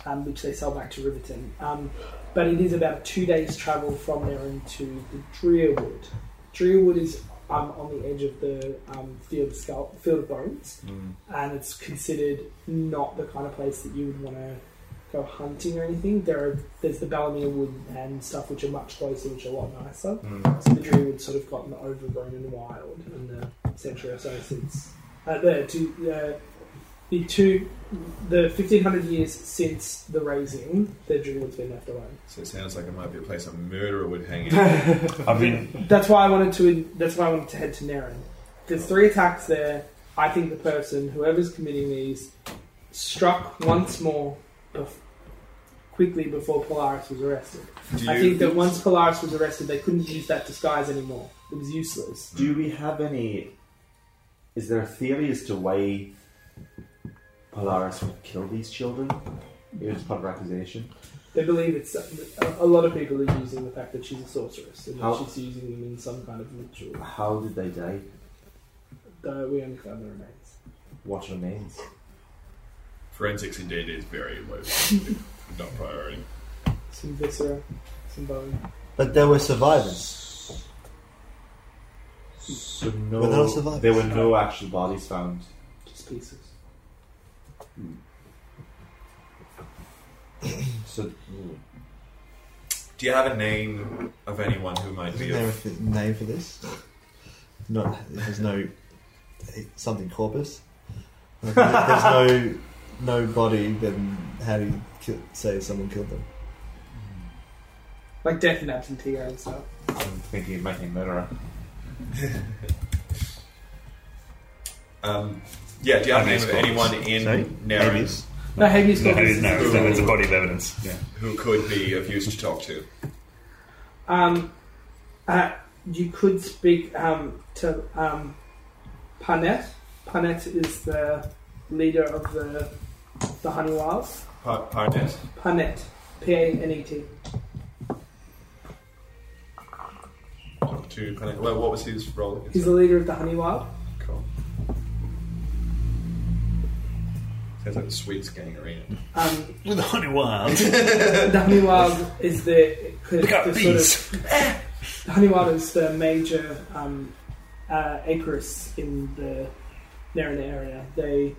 S1: um, which they sell back to Riverton. Um, but it is about two days' travel from Nerin to the Drearwood. Drearwood is um, on the edge of the um, field, of skull, field of bones, and it's considered not the kind of place that you would want to go hunting or anything. There are there's the Ballymere Wood and stuff which are much closer, which are a lot nicer. So the Drearwood sort of gotten overgrown and wild in the century or so since uh, the two, uh, the two the fifteen hundred years since the raising, the Drearwood's been left alone.
S6: So it sounds like it might be a place a murderer would hang out.
S12: I've been.
S1: That's why I wanted to. That's why I wanted to head to Naren. There's three attacks there. I think the person, whoever's committing these, struck once more bef- quickly before Polaris was arrested.
S6: Do
S1: I
S6: you-
S1: think that once Polaris was arrested, they couldn't use that disguise anymore. It was useless.
S9: Do we have any. Is there a theory as to why Polaris would kill these children? It was part of accusation.
S1: They believe it's a, a lot of people are using the fact that she's a sorceress and
S9: How-
S1: that she's using them in some kind of ritual.
S9: How did they die?
S1: Though we only found the remains.
S9: What remains?
S6: Forensics indeed is very low. Not priority.
S1: Some viscera, some bone.
S3: But there were survivors.
S9: So no,
S3: Were there no survivors?
S9: there were no actual bodies found.
S1: Just pieces.
S9: So
S2: Do you have a name of anyone who might
S3: Isn't
S2: be?
S3: there a
S2: Of,
S3: th- name for this? Not. There's no. Something corpus. There's no. No body. Then how do you kill, say someone killed them?
S1: Like death and absentee and stuff.
S9: I'm thinking of making a murderer.
S2: um, yeah, do you have a name of anyone in
S3: Sorry?
S2: Naren
S3: Babies?
S1: No, habeas
S4: No,
S1: corpus.
S4: it's,
S1: is-
S4: no, it's, no, it's a body of evidence. Yeah.
S2: who could be of use to talk to?
S1: Um, uh, you could speak um, to um, Panet. Panet is the leader of the the Honeywells.
S2: Pa- Parnet?
S1: Panet, P A N E T.
S2: Talk to Parnet. Well, what was his role?
S1: He's the leader of the Honeywild.
S2: Cool. Sounds like the Swedes gang arena.
S1: Um,
S12: With the honey wild.
S1: the Honeywild is the, the,
S12: Pick up
S1: the
S12: bees.
S1: the Honeywild is the major um, uh, acreus in the Narran area. They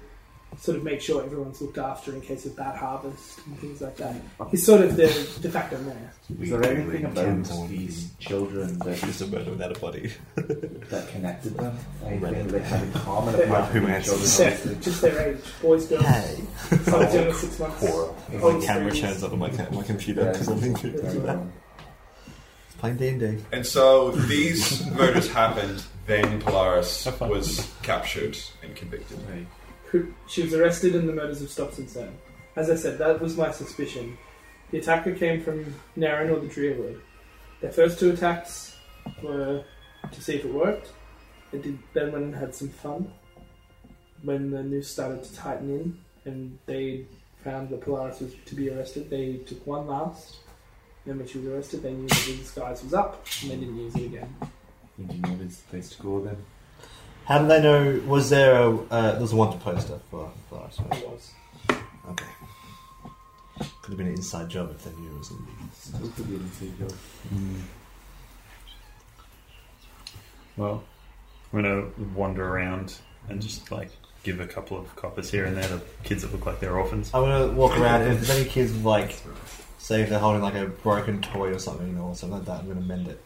S1: sort of make sure everyone's looked after in case of bad harvest and things like that. He's sort of the de facto mayor.
S9: Is there anything about these children that,
S3: Just a murder without a body.
S9: that connected them? Anything they had in common apart from being children?
S1: Yeah, just their age. Boys, girls. Someone's younger than six months.
S7: If
S3: up on my, ca- my computer
S7: Yeah.
S3: Playing D&D.
S2: And so these murders happened, then Polaris was captured and convicted.
S1: Who- She was arrested in the murders of Stopson Sam. As I said, that was my suspicion. The attacker came from Narran or the Drearwood. Their first two attacks were to see if it worked. It did, then went and had some fun. When the noose started to tighten in and they found that Polaris was to be arrested, they took one last. Then when she was arrested, they knew that the disguise was up and they didn't use it again.
S9: Did you know this place to go then?
S3: How did they know? Was there a uh, there was a wanted poster for for us? right?
S1: It was.
S3: Okay. Could have been an inside job if they knew it was in the
S9: Still could be an inside job. Well,
S4: I'm gonna wander around and just like give a couple of coppers here and there to kids that look like they're orphans.
S3: I'm gonna walk around and if there's any kids with, like, say if they're holding like a broken toy or something or something like that, I'm gonna mend it.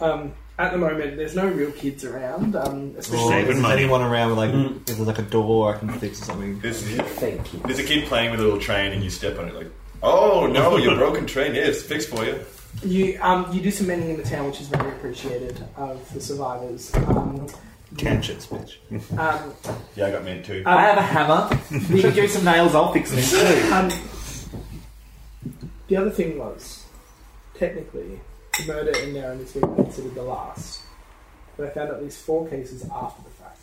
S1: Um, at the moment, there's no real kids around, um,
S3: Or
S1: especially
S3: if
S4: Saving
S3: there's
S4: money.
S3: anyone around with like,
S7: Mm.
S3: if there's like a door I can fix or something.
S2: There's,
S8: Thank you.
S2: there's a kid playing with a little train, and you step on it like, oh no, your broken train here, it's fixed for you.
S1: you. Um, you do some mending in the town, which is very appreciated of the survivors. Um,
S3: Tangents, bitch.
S1: um,
S2: Yeah, I got made too.
S5: Uh,
S1: I have
S7: a hammer. you can give me some nails, I'll fix this too.
S1: um, the other thing was, technically, the murder in Narren is being considered the last, but I found at least four cases after the fact.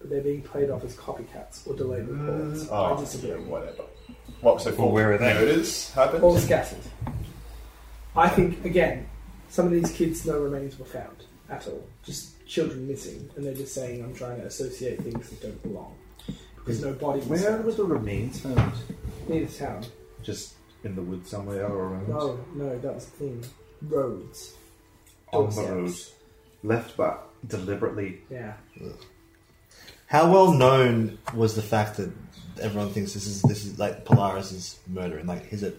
S1: But they're being played off as copycats or delayed reports. I
S2: Oh, yeah,
S1: disagree.
S2: whatever. What so four
S4: where are they?
S2: murders happened?
S1: All scattered. I think, again, some of these kids, no remains were found at all. Just children missing, and they're just saying, I'm trying to associate things that don't belong. Because no body was
S9: Where
S1: found
S9: was the remains found?
S1: near the town.
S9: Just in the woods somewhere or around?
S1: No, no, that was the thing. Roads.
S9: on the
S1: Doorsteps.
S9: road. Left but deliberately.
S1: Yeah.
S3: How well known was the fact that everyone thinks this is this is like Polaris is murdering? Like, is it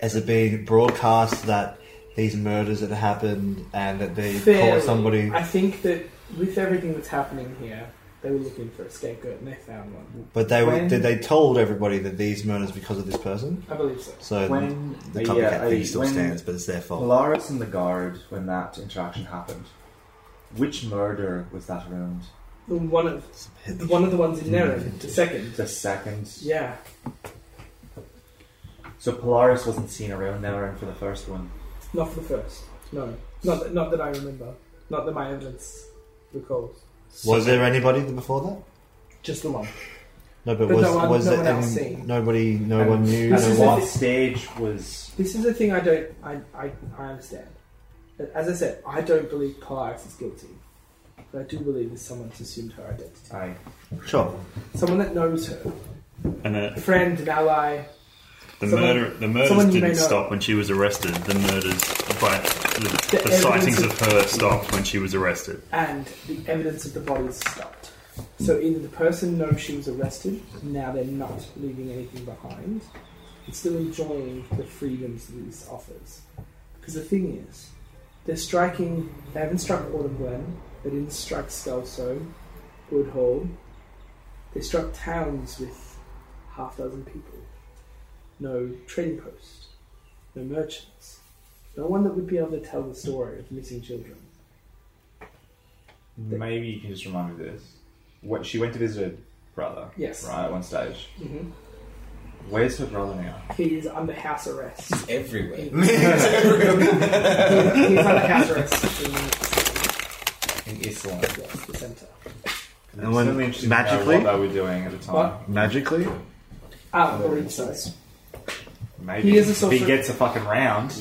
S3: has it been broadcast that these murders had happened and that they
S1: Fairly.
S3: caught somebody?
S1: I think that with everything that's happening here, they were looking for a scapegoat and they found one.
S3: But they were
S7: When-
S3: did they told everybody that these murders because of this person?
S1: I believe so.
S3: So
S7: When
S3: the
S7: a-
S3: copycat
S7: yeah, a-
S3: thing still
S7: when
S3: stands, but it's their fault.
S7: Polaris and the guard, when that interaction happened, which murder was that around?
S1: The One of one of the ones in Nerin, the second.
S7: The second.
S1: Yeah.
S7: So Polaris wasn't seen around there for the first one.
S1: Not for the first. No. Not that, not that I remember. Not that my evidence recalls.
S3: Was there anybody before that?
S1: Just the one.
S3: No, but,
S1: But
S3: was
S1: no one-
S3: was
S1: no
S3: there
S1: one else
S3: any-
S1: seen.
S3: nobody? No one knew.
S1: This
S3: no
S1: is
S3: one-
S7: What stage was
S1: This is the thing I don't. I, I, I understand. But As I said, I don't believe Polaris is guilty. But I do believe that someone's assumed her identity.
S7: I?
S3: Sure.
S1: Someone that knows her.
S4: And uh,
S1: A friend, an ally.
S4: the
S1: Someone-
S4: murder the
S1: someone
S4: murders
S1: you may
S4: didn't
S1: know.
S4: stop when she was arrested. The murders, but the,
S1: The
S4: the,
S1: evidence
S4: sightings
S1: of-
S4: of her stopped when she was arrested.
S1: and the evidence of the bodies stopped. So either the person knows she was arrested, now they're not leaving anything behind, and still enjoying the freedoms that this offers. Because the thing is, they're striking, they haven't struck Autumn Glen, they didn't strike Skelso, Woodhall, they struck towns with half dozen people, no trading post, no merchants, no one that would be able to tell the story of missing children.
S7: Maybe you can just remind me of this. When she went to visit her brother.
S1: Yes.
S7: Right at one stage.
S1: hmm
S7: Where's her brother now?
S1: He is under house arrest.
S5: Everywhere.
S1: He- He's under house arrest in
S7: In Islam.
S1: yes, the centre.
S3: And when
S7: Certainly interested to know
S3: magically,
S7: what they were doing at the time.
S1: What?
S3: magically,
S1: Ah, I believe so.
S7: Maybe
S1: He is a
S7: if he
S1: sorcerer.
S7: gets a fucking round.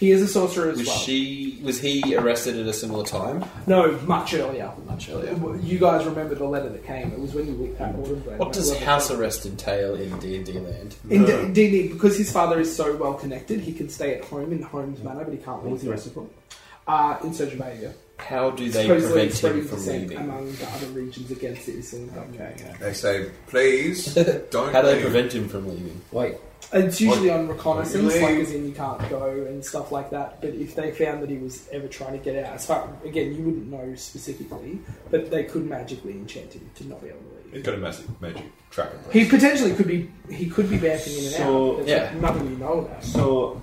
S1: He is a sorcerer as
S5: Was
S1: well.
S5: she? Was he arrested at a similar time?
S1: No, much earlier.
S5: Much earlier.
S1: You guys remember the letter that came? It was when you whipped out Autumn Glen.
S5: What does house arrest entail in D and D land?
S1: In D- D&D, because his father is so well connected, he can stay at home in Holmes Manor, but he can't leave.
S7: for?
S1: Uh, in Surgeon Mavia.
S5: How do they
S1: Supposedly
S5: prevent
S1: it's
S5: him from
S1: 30%
S5: leaving?
S1: among the other regions against the Islam government.
S6: They say, please don't.
S5: How do they
S6: leave."
S5: prevent him from leaving?
S8: Wait,
S1: It's usually on
S6: What
S1: reconnaissance,
S6: do you
S1: like
S6: mean?
S1: as in you can't go and stuff like that. But if they found that he was ever trying to get out, as far again, you wouldn't know specifically, but they could magically enchant him to not be able to leave.
S2: He's got a massive magic tracker.
S1: He potentially could be he could be bouncing in and
S7: So,
S1: out. There's
S5: yeah.
S1: nothing you know about.
S7: So,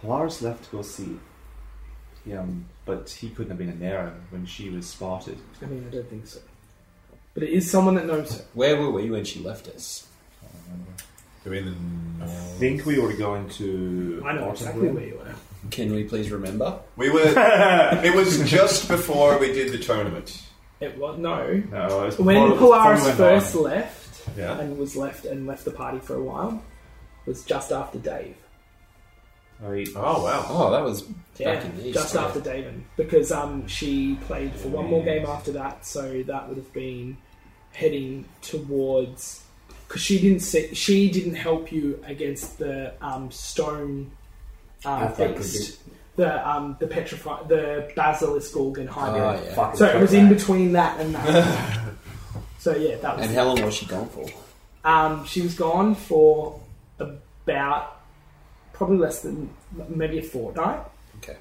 S7: Polaris left to go see him, but he couldn't have been in there when she was spotted.
S1: I mean, I don't think so. But it is someone that knows her.
S5: Where were we when she left us?
S2: I mean,
S7: I think we were going to.
S1: I know
S7: Autumn
S1: exactly
S7: Glen.
S1: where you are.
S5: Can we please remember?
S2: we were. it was just before we did the tournament.
S1: It was no.
S7: No, it was before- it
S1: When
S7: was
S1: Polaris
S7: somewhere
S1: first
S7: there.
S1: left
S2: Yeah.
S1: and was left and left the party for a while, was just after Dave.
S7: Right.
S2: Oh wow.
S5: Oh, that was
S1: Yeah,
S5: back in the east.
S1: just after Damon, because um, she played for one more game after that, so that would have been heading towards. Because she didn't see, she didn't help you against the um, stone um,
S8: That's like
S1: beast, the um, the petrified, the basilisk gorgon hybrid.
S5: Oh, yeah.
S8: fucking
S1: So it was in
S8: Polaris.
S1: between that and that. So yeah, that was.
S5: And how long was she gone for?
S1: Um, she was gone for about probably less than maybe a fortnight.
S5: Okay.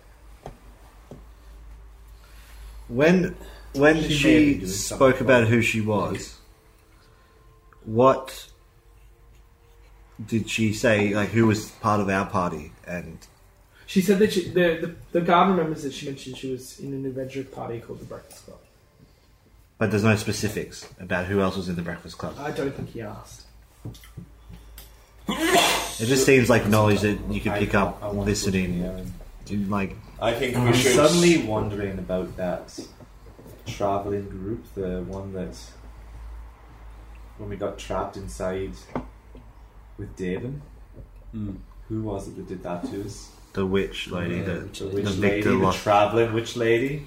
S3: When when she,
S5: may have been doing
S3: spoke
S5: something
S3: about who she was, what did she say? Like, who was part of our party? And
S1: She said that she, the, the the garden members that she mentioned she was in an adventure party called the Breakfast Club.
S3: but there's no specifics about who else was in the Breakfast Club.
S1: I don't think he asked.
S3: It just seems like knowledge that you could pick up listening. In like,
S2: I think we
S9: I'm
S2: should.
S9: suddenly wondering about that traveling group, the one that when we got trapped inside with Davin.
S2: Hmm.
S9: Who was it that did that to us?
S3: the witch lady,
S9: The
S3: the,
S9: witch
S3: the
S9: lady,
S3: victor,
S9: the
S3: lost
S9: traveling witch lady,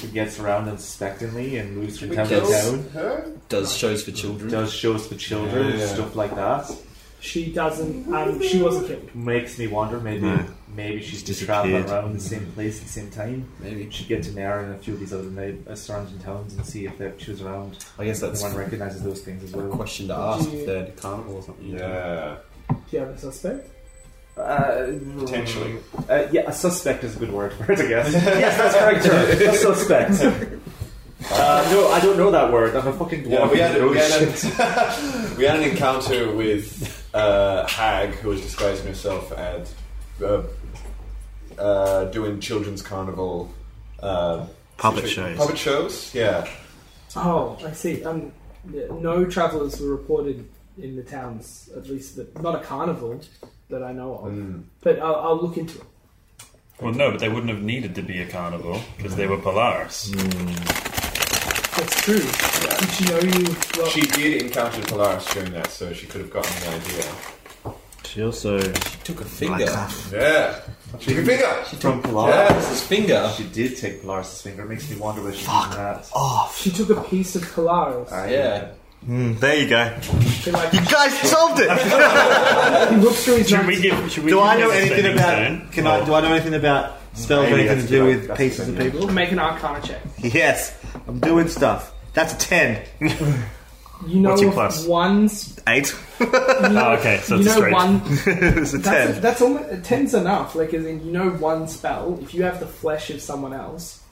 S9: who gets around unsuspectingly and moves from
S6: We
S9: town to
S6: killed
S9: town,
S6: her?
S5: Does shows for children.
S9: does shows for children,
S2: Yeah.
S9: stuff like that.
S1: She doesn't. Um, she wasn't killed.
S9: Makes me wonder. Maybe,
S2: Hmm.
S3: Yeah.
S9: maybe she's
S3: Just
S9: traveling
S3: disappeared.
S9: around the same place at the same time.
S5: Maybe.
S9: should get to Nara and a few of these other na- uh, surrounding towns and see if that she was around.
S5: I guess that's
S9: Everyone
S5: a
S9: recognizes those things as well.
S5: question to ask if they're at a carnival or something.
S2: Yeah.
S1: Do you have a suspect?
S9: Uh,
S2: Potentially.
S9: Uh, yeah, a suspect is a good word for it, I guess. yes, that's correct. sir. A suspect. Uh, no, I don't know that word. I'm a fucking dwarf.
S2: Yeah, we had, a, we, had
S9: Shit.
S2: a, we had an encounter with uh, Hag, who was disguising herself as uh, uh, doing children's carnival uh,
S3: puppet
S2: situa-
S3: shows.
S2: Puppet shows, yeah.
S1: Oh, I see. Um, yeah, no travellers were reported in the towns, at least that not a carnival that I know of.
S4: Hmm.
S1: But I'll, I'll look into it.
S4: Well, no, but they wouldn't have needed to be a carnival because they were Polaris.
S1: That's true. Did she know you? Well,
S2: She did encounter Polaris during that, so she could have gotten the idea.
S3: She also
S5: Took a finger.
S3: like, ah,
S2: Yeah. She can pick up!
S9: from Polaris.
S5: Yeah, it's his finger.
S9: She did take Polaris' finger. It makes me wonder whether she's doing that.
S1: she took a piece of Polaris.
S5: Yeah.
S3: mm, there you go.
S1: She, like,
S3: You guys solved it.
S1: he looks through his
S4: Should we
S1: notes.
S4: give? Should we
S3: do
S4: give
S3: I know
S4: him a
S3: anything
S4: saving
S3: about?
S4: stone?
S3: Can I? Do I know anything about spells?
S9: Maybe
S3: Anything to
S9: that's a
S3: do
S9: good-
S3: with
S9: that's
S3: pieces
S9: a
S3: of
S9: good
S3: people?
S1: Make an Arcana check.
S3: Yes, I'm doing stuff. That's a ten.
S1: You know
S4: What's your
S1: of
S4: plus?
S1: one.
S3: Eight.
S1: You know,
S4: Oh, okay, so
S1: you
S4: it's a
S1: know
S4: straight.
S1: one.
S3: it's a
S1: That's,
S3: ten.
S1: that's almost ten's enough. Like, as in, you know, one spell. If you have the flesh of someone else,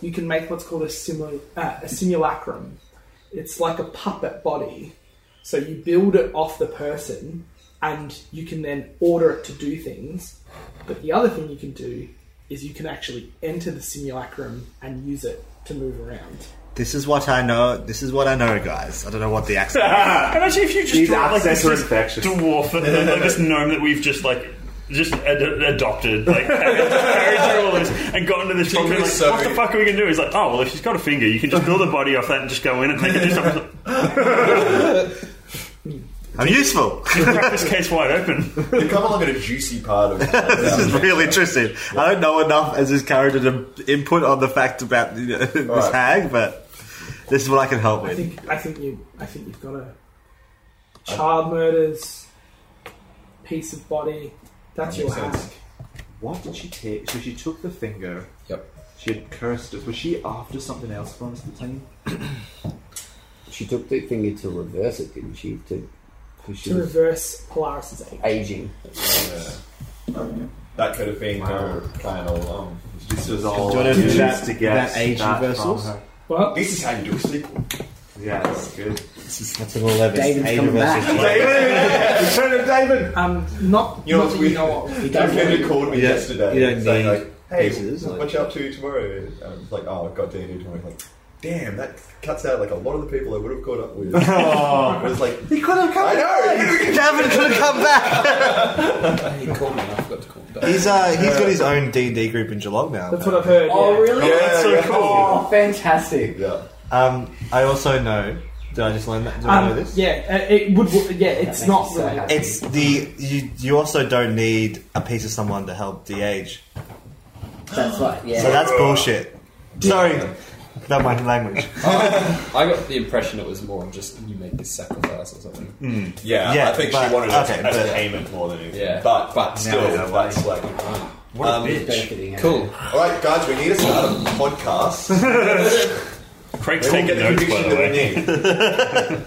S1: you can make what's called a, simul- uh, a simulacrum. It's like a puppet body. So you build it off the person, and you can then order it to do things. But the other thing you can do is you can actually enter the simulacrum and use it to move around.
S3: This is what I know. This is what I know, guys. I don't know what the accent.
S4: And actually, if you just
S9: These
S4: draw like this
S9: accents are
S4: just
S9: infectious.
S4: dwarf and then, like this gnome that we've just like just ad- adopted, like carried through all this and got into this problem.
S6: was
S4: Like,
S6: so-
S4: what the fuck are we gonna do? He's like, oh well, if she's got a finger, you can just build a body off that and just go in and make it do something.
S3: I'm useful.
S4: Crack this case wide open.
S2: You come along at a juicy part of uh, it.
S3: this is really interesting. I don't know enough as his character to input on the fact about you know, this
S2: Alright.
S3: hag, but this is what I can help
S1: I
S3: with.
S1: think I think you I think you've got a child murders piece of body. That's your
S2: makes sense.
S1: hack.
S9: What did she take? So she took the finger.
S5: Yep.
S9: She had cursed us. Was she after something else from us at the time?
S8: She took the finger to reverse it, didn't she? To, because she
S1: to
S8: was
S1: reverse Polaris's age.
S8: aging.
S2: That could have been her plan all along.
S9: This was all.
S3: Do you wanna do
S9: used
S3: that-
S9: to
S3: do
S9: get
S3: that age
S9: from
S3: reversals?
S9: her.
S1: Well,
S2: This is how you do a sequel.
S9: Yeah, that's good.
S3: That's an eleven.
S8: David's
S3: Eight
S8: coming
S3: versus
S8: back.
S3: eleven.
S1: um, not
S2: You
S1: not
S2: know what's
S1: that you
S2: weird?
S1: know of.
S8: He does
S2: David called me
S3: You don't-
S2: yesterday
S3: you don't
S2: saying
S3: need
S2: like, "Hey,
S3: pieces,
S2: what
S3: like-
S2: you up to tomorrow?" And I was like, "Oh, I've got D&D tomorrow." Like, damn, that cuts out like a lot of the people I would have caught up with. it was like,
S3: He could have come.
S2: I know.
S3: Davin could have come back.
S5: He called me and I forgot to call him back.
S3: He's uh, he's got his own D and D group in Geelong now.
S1: That's what I've heard. yeah. Um,
S8: really?
S2: that's so
S8: Oh, fantastic.
S2: Yeah.
S3: Um, I also know. Did I just learn that? Did I know
S1: Um,
S3: this?
S1: yeah, uh, it would. Yeah, it's
S8: makes
S1: not
S8: me so
S1: really.
S8: happy.
S3: It's the you. You also don't need a piece of someone to help de-age.
S8: That's right. Yeah.
S3: So that's bullshit. Sorry about my language.
S5: I got the impression it was more just you make this sacrifice or something.
S2: yeah,
S3: Yeah,
S2: I think
S3: but-
S2: she wanted it
S3: okay,
S2: as
S3: but-
S2: payment more than anything.
S5: Yeah.
S2: but but
S3: I
S2: still,
S3: know why.
S2: that's like.
S5: What
S2: Um,
S5: a bitch.
S8: benefiting.
S5: Cool.
S2: All right, guys, we need to start a podcast.
S4: Craig's
S2: They won't
S4: taking
S2: get the
S4: notes, by
S2: conviction
S4: the
S2: that
S4: way.
S2: we need.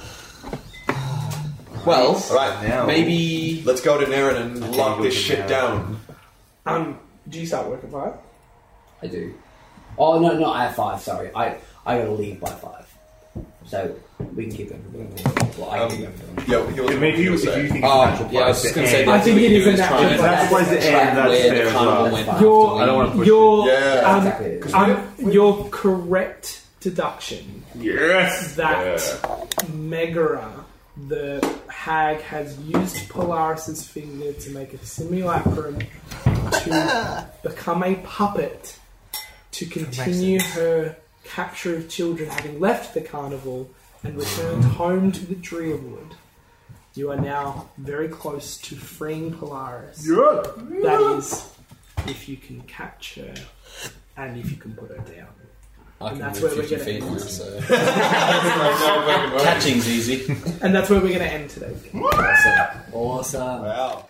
S5: Well,
S2: All right,
S7: Now,
S5: maybe
S2: let's go to Naren and lock
S7: go
S2: this
S7: to
S2: shit
S7: Naren.
S2: down.
S1: Um, do you start working five?
S8: I do. Oh no, no, I have five. Sorry, I I gotta leave by five, so we can keep everything. Well, I can keep everything.
S6: Yo, he was,
S9: Maybe
S6: he
S9: you,
S6: was
S9: if you
S6: saying.
S9: think
S5: Oh,
S9: it's a natural
S5: yeah, I was just
S9: place
S5: gonna
S9: to
S5: say
S9: end-
S5: that.
S1: I think it is a
S5: Try
S1: natural
S5: and-
S1: place.
S9: That's why it's the end. That's
S5: where the
S9: fair as
S5: carnival
S9: well.
S5: went after
S1: Your-
S5: we-
S9: I don't want to push.
S1: Your
S6: Yeah.
S1: um,
S8: Exactly. 'Cause
S1: um, your correct deduction
S9: Yes.
S1: that Megara, the hag, has used Polaris's finger to make a simulacrum to become a puppet to continue her capture of children having left the carnival and returned home to the Dreamwood. You are now very close to freeing Polaris. That is, if you can catch her and if you can put her down.
S5: I
S1: And
S5: can
S1: that's
S5: move
S1: where we're
S5: 50
S1: getting-
S5: feet now, so. Catching's easy.
S1: And that's where we're going to end today.
S8: Awesome.
S6: Wow.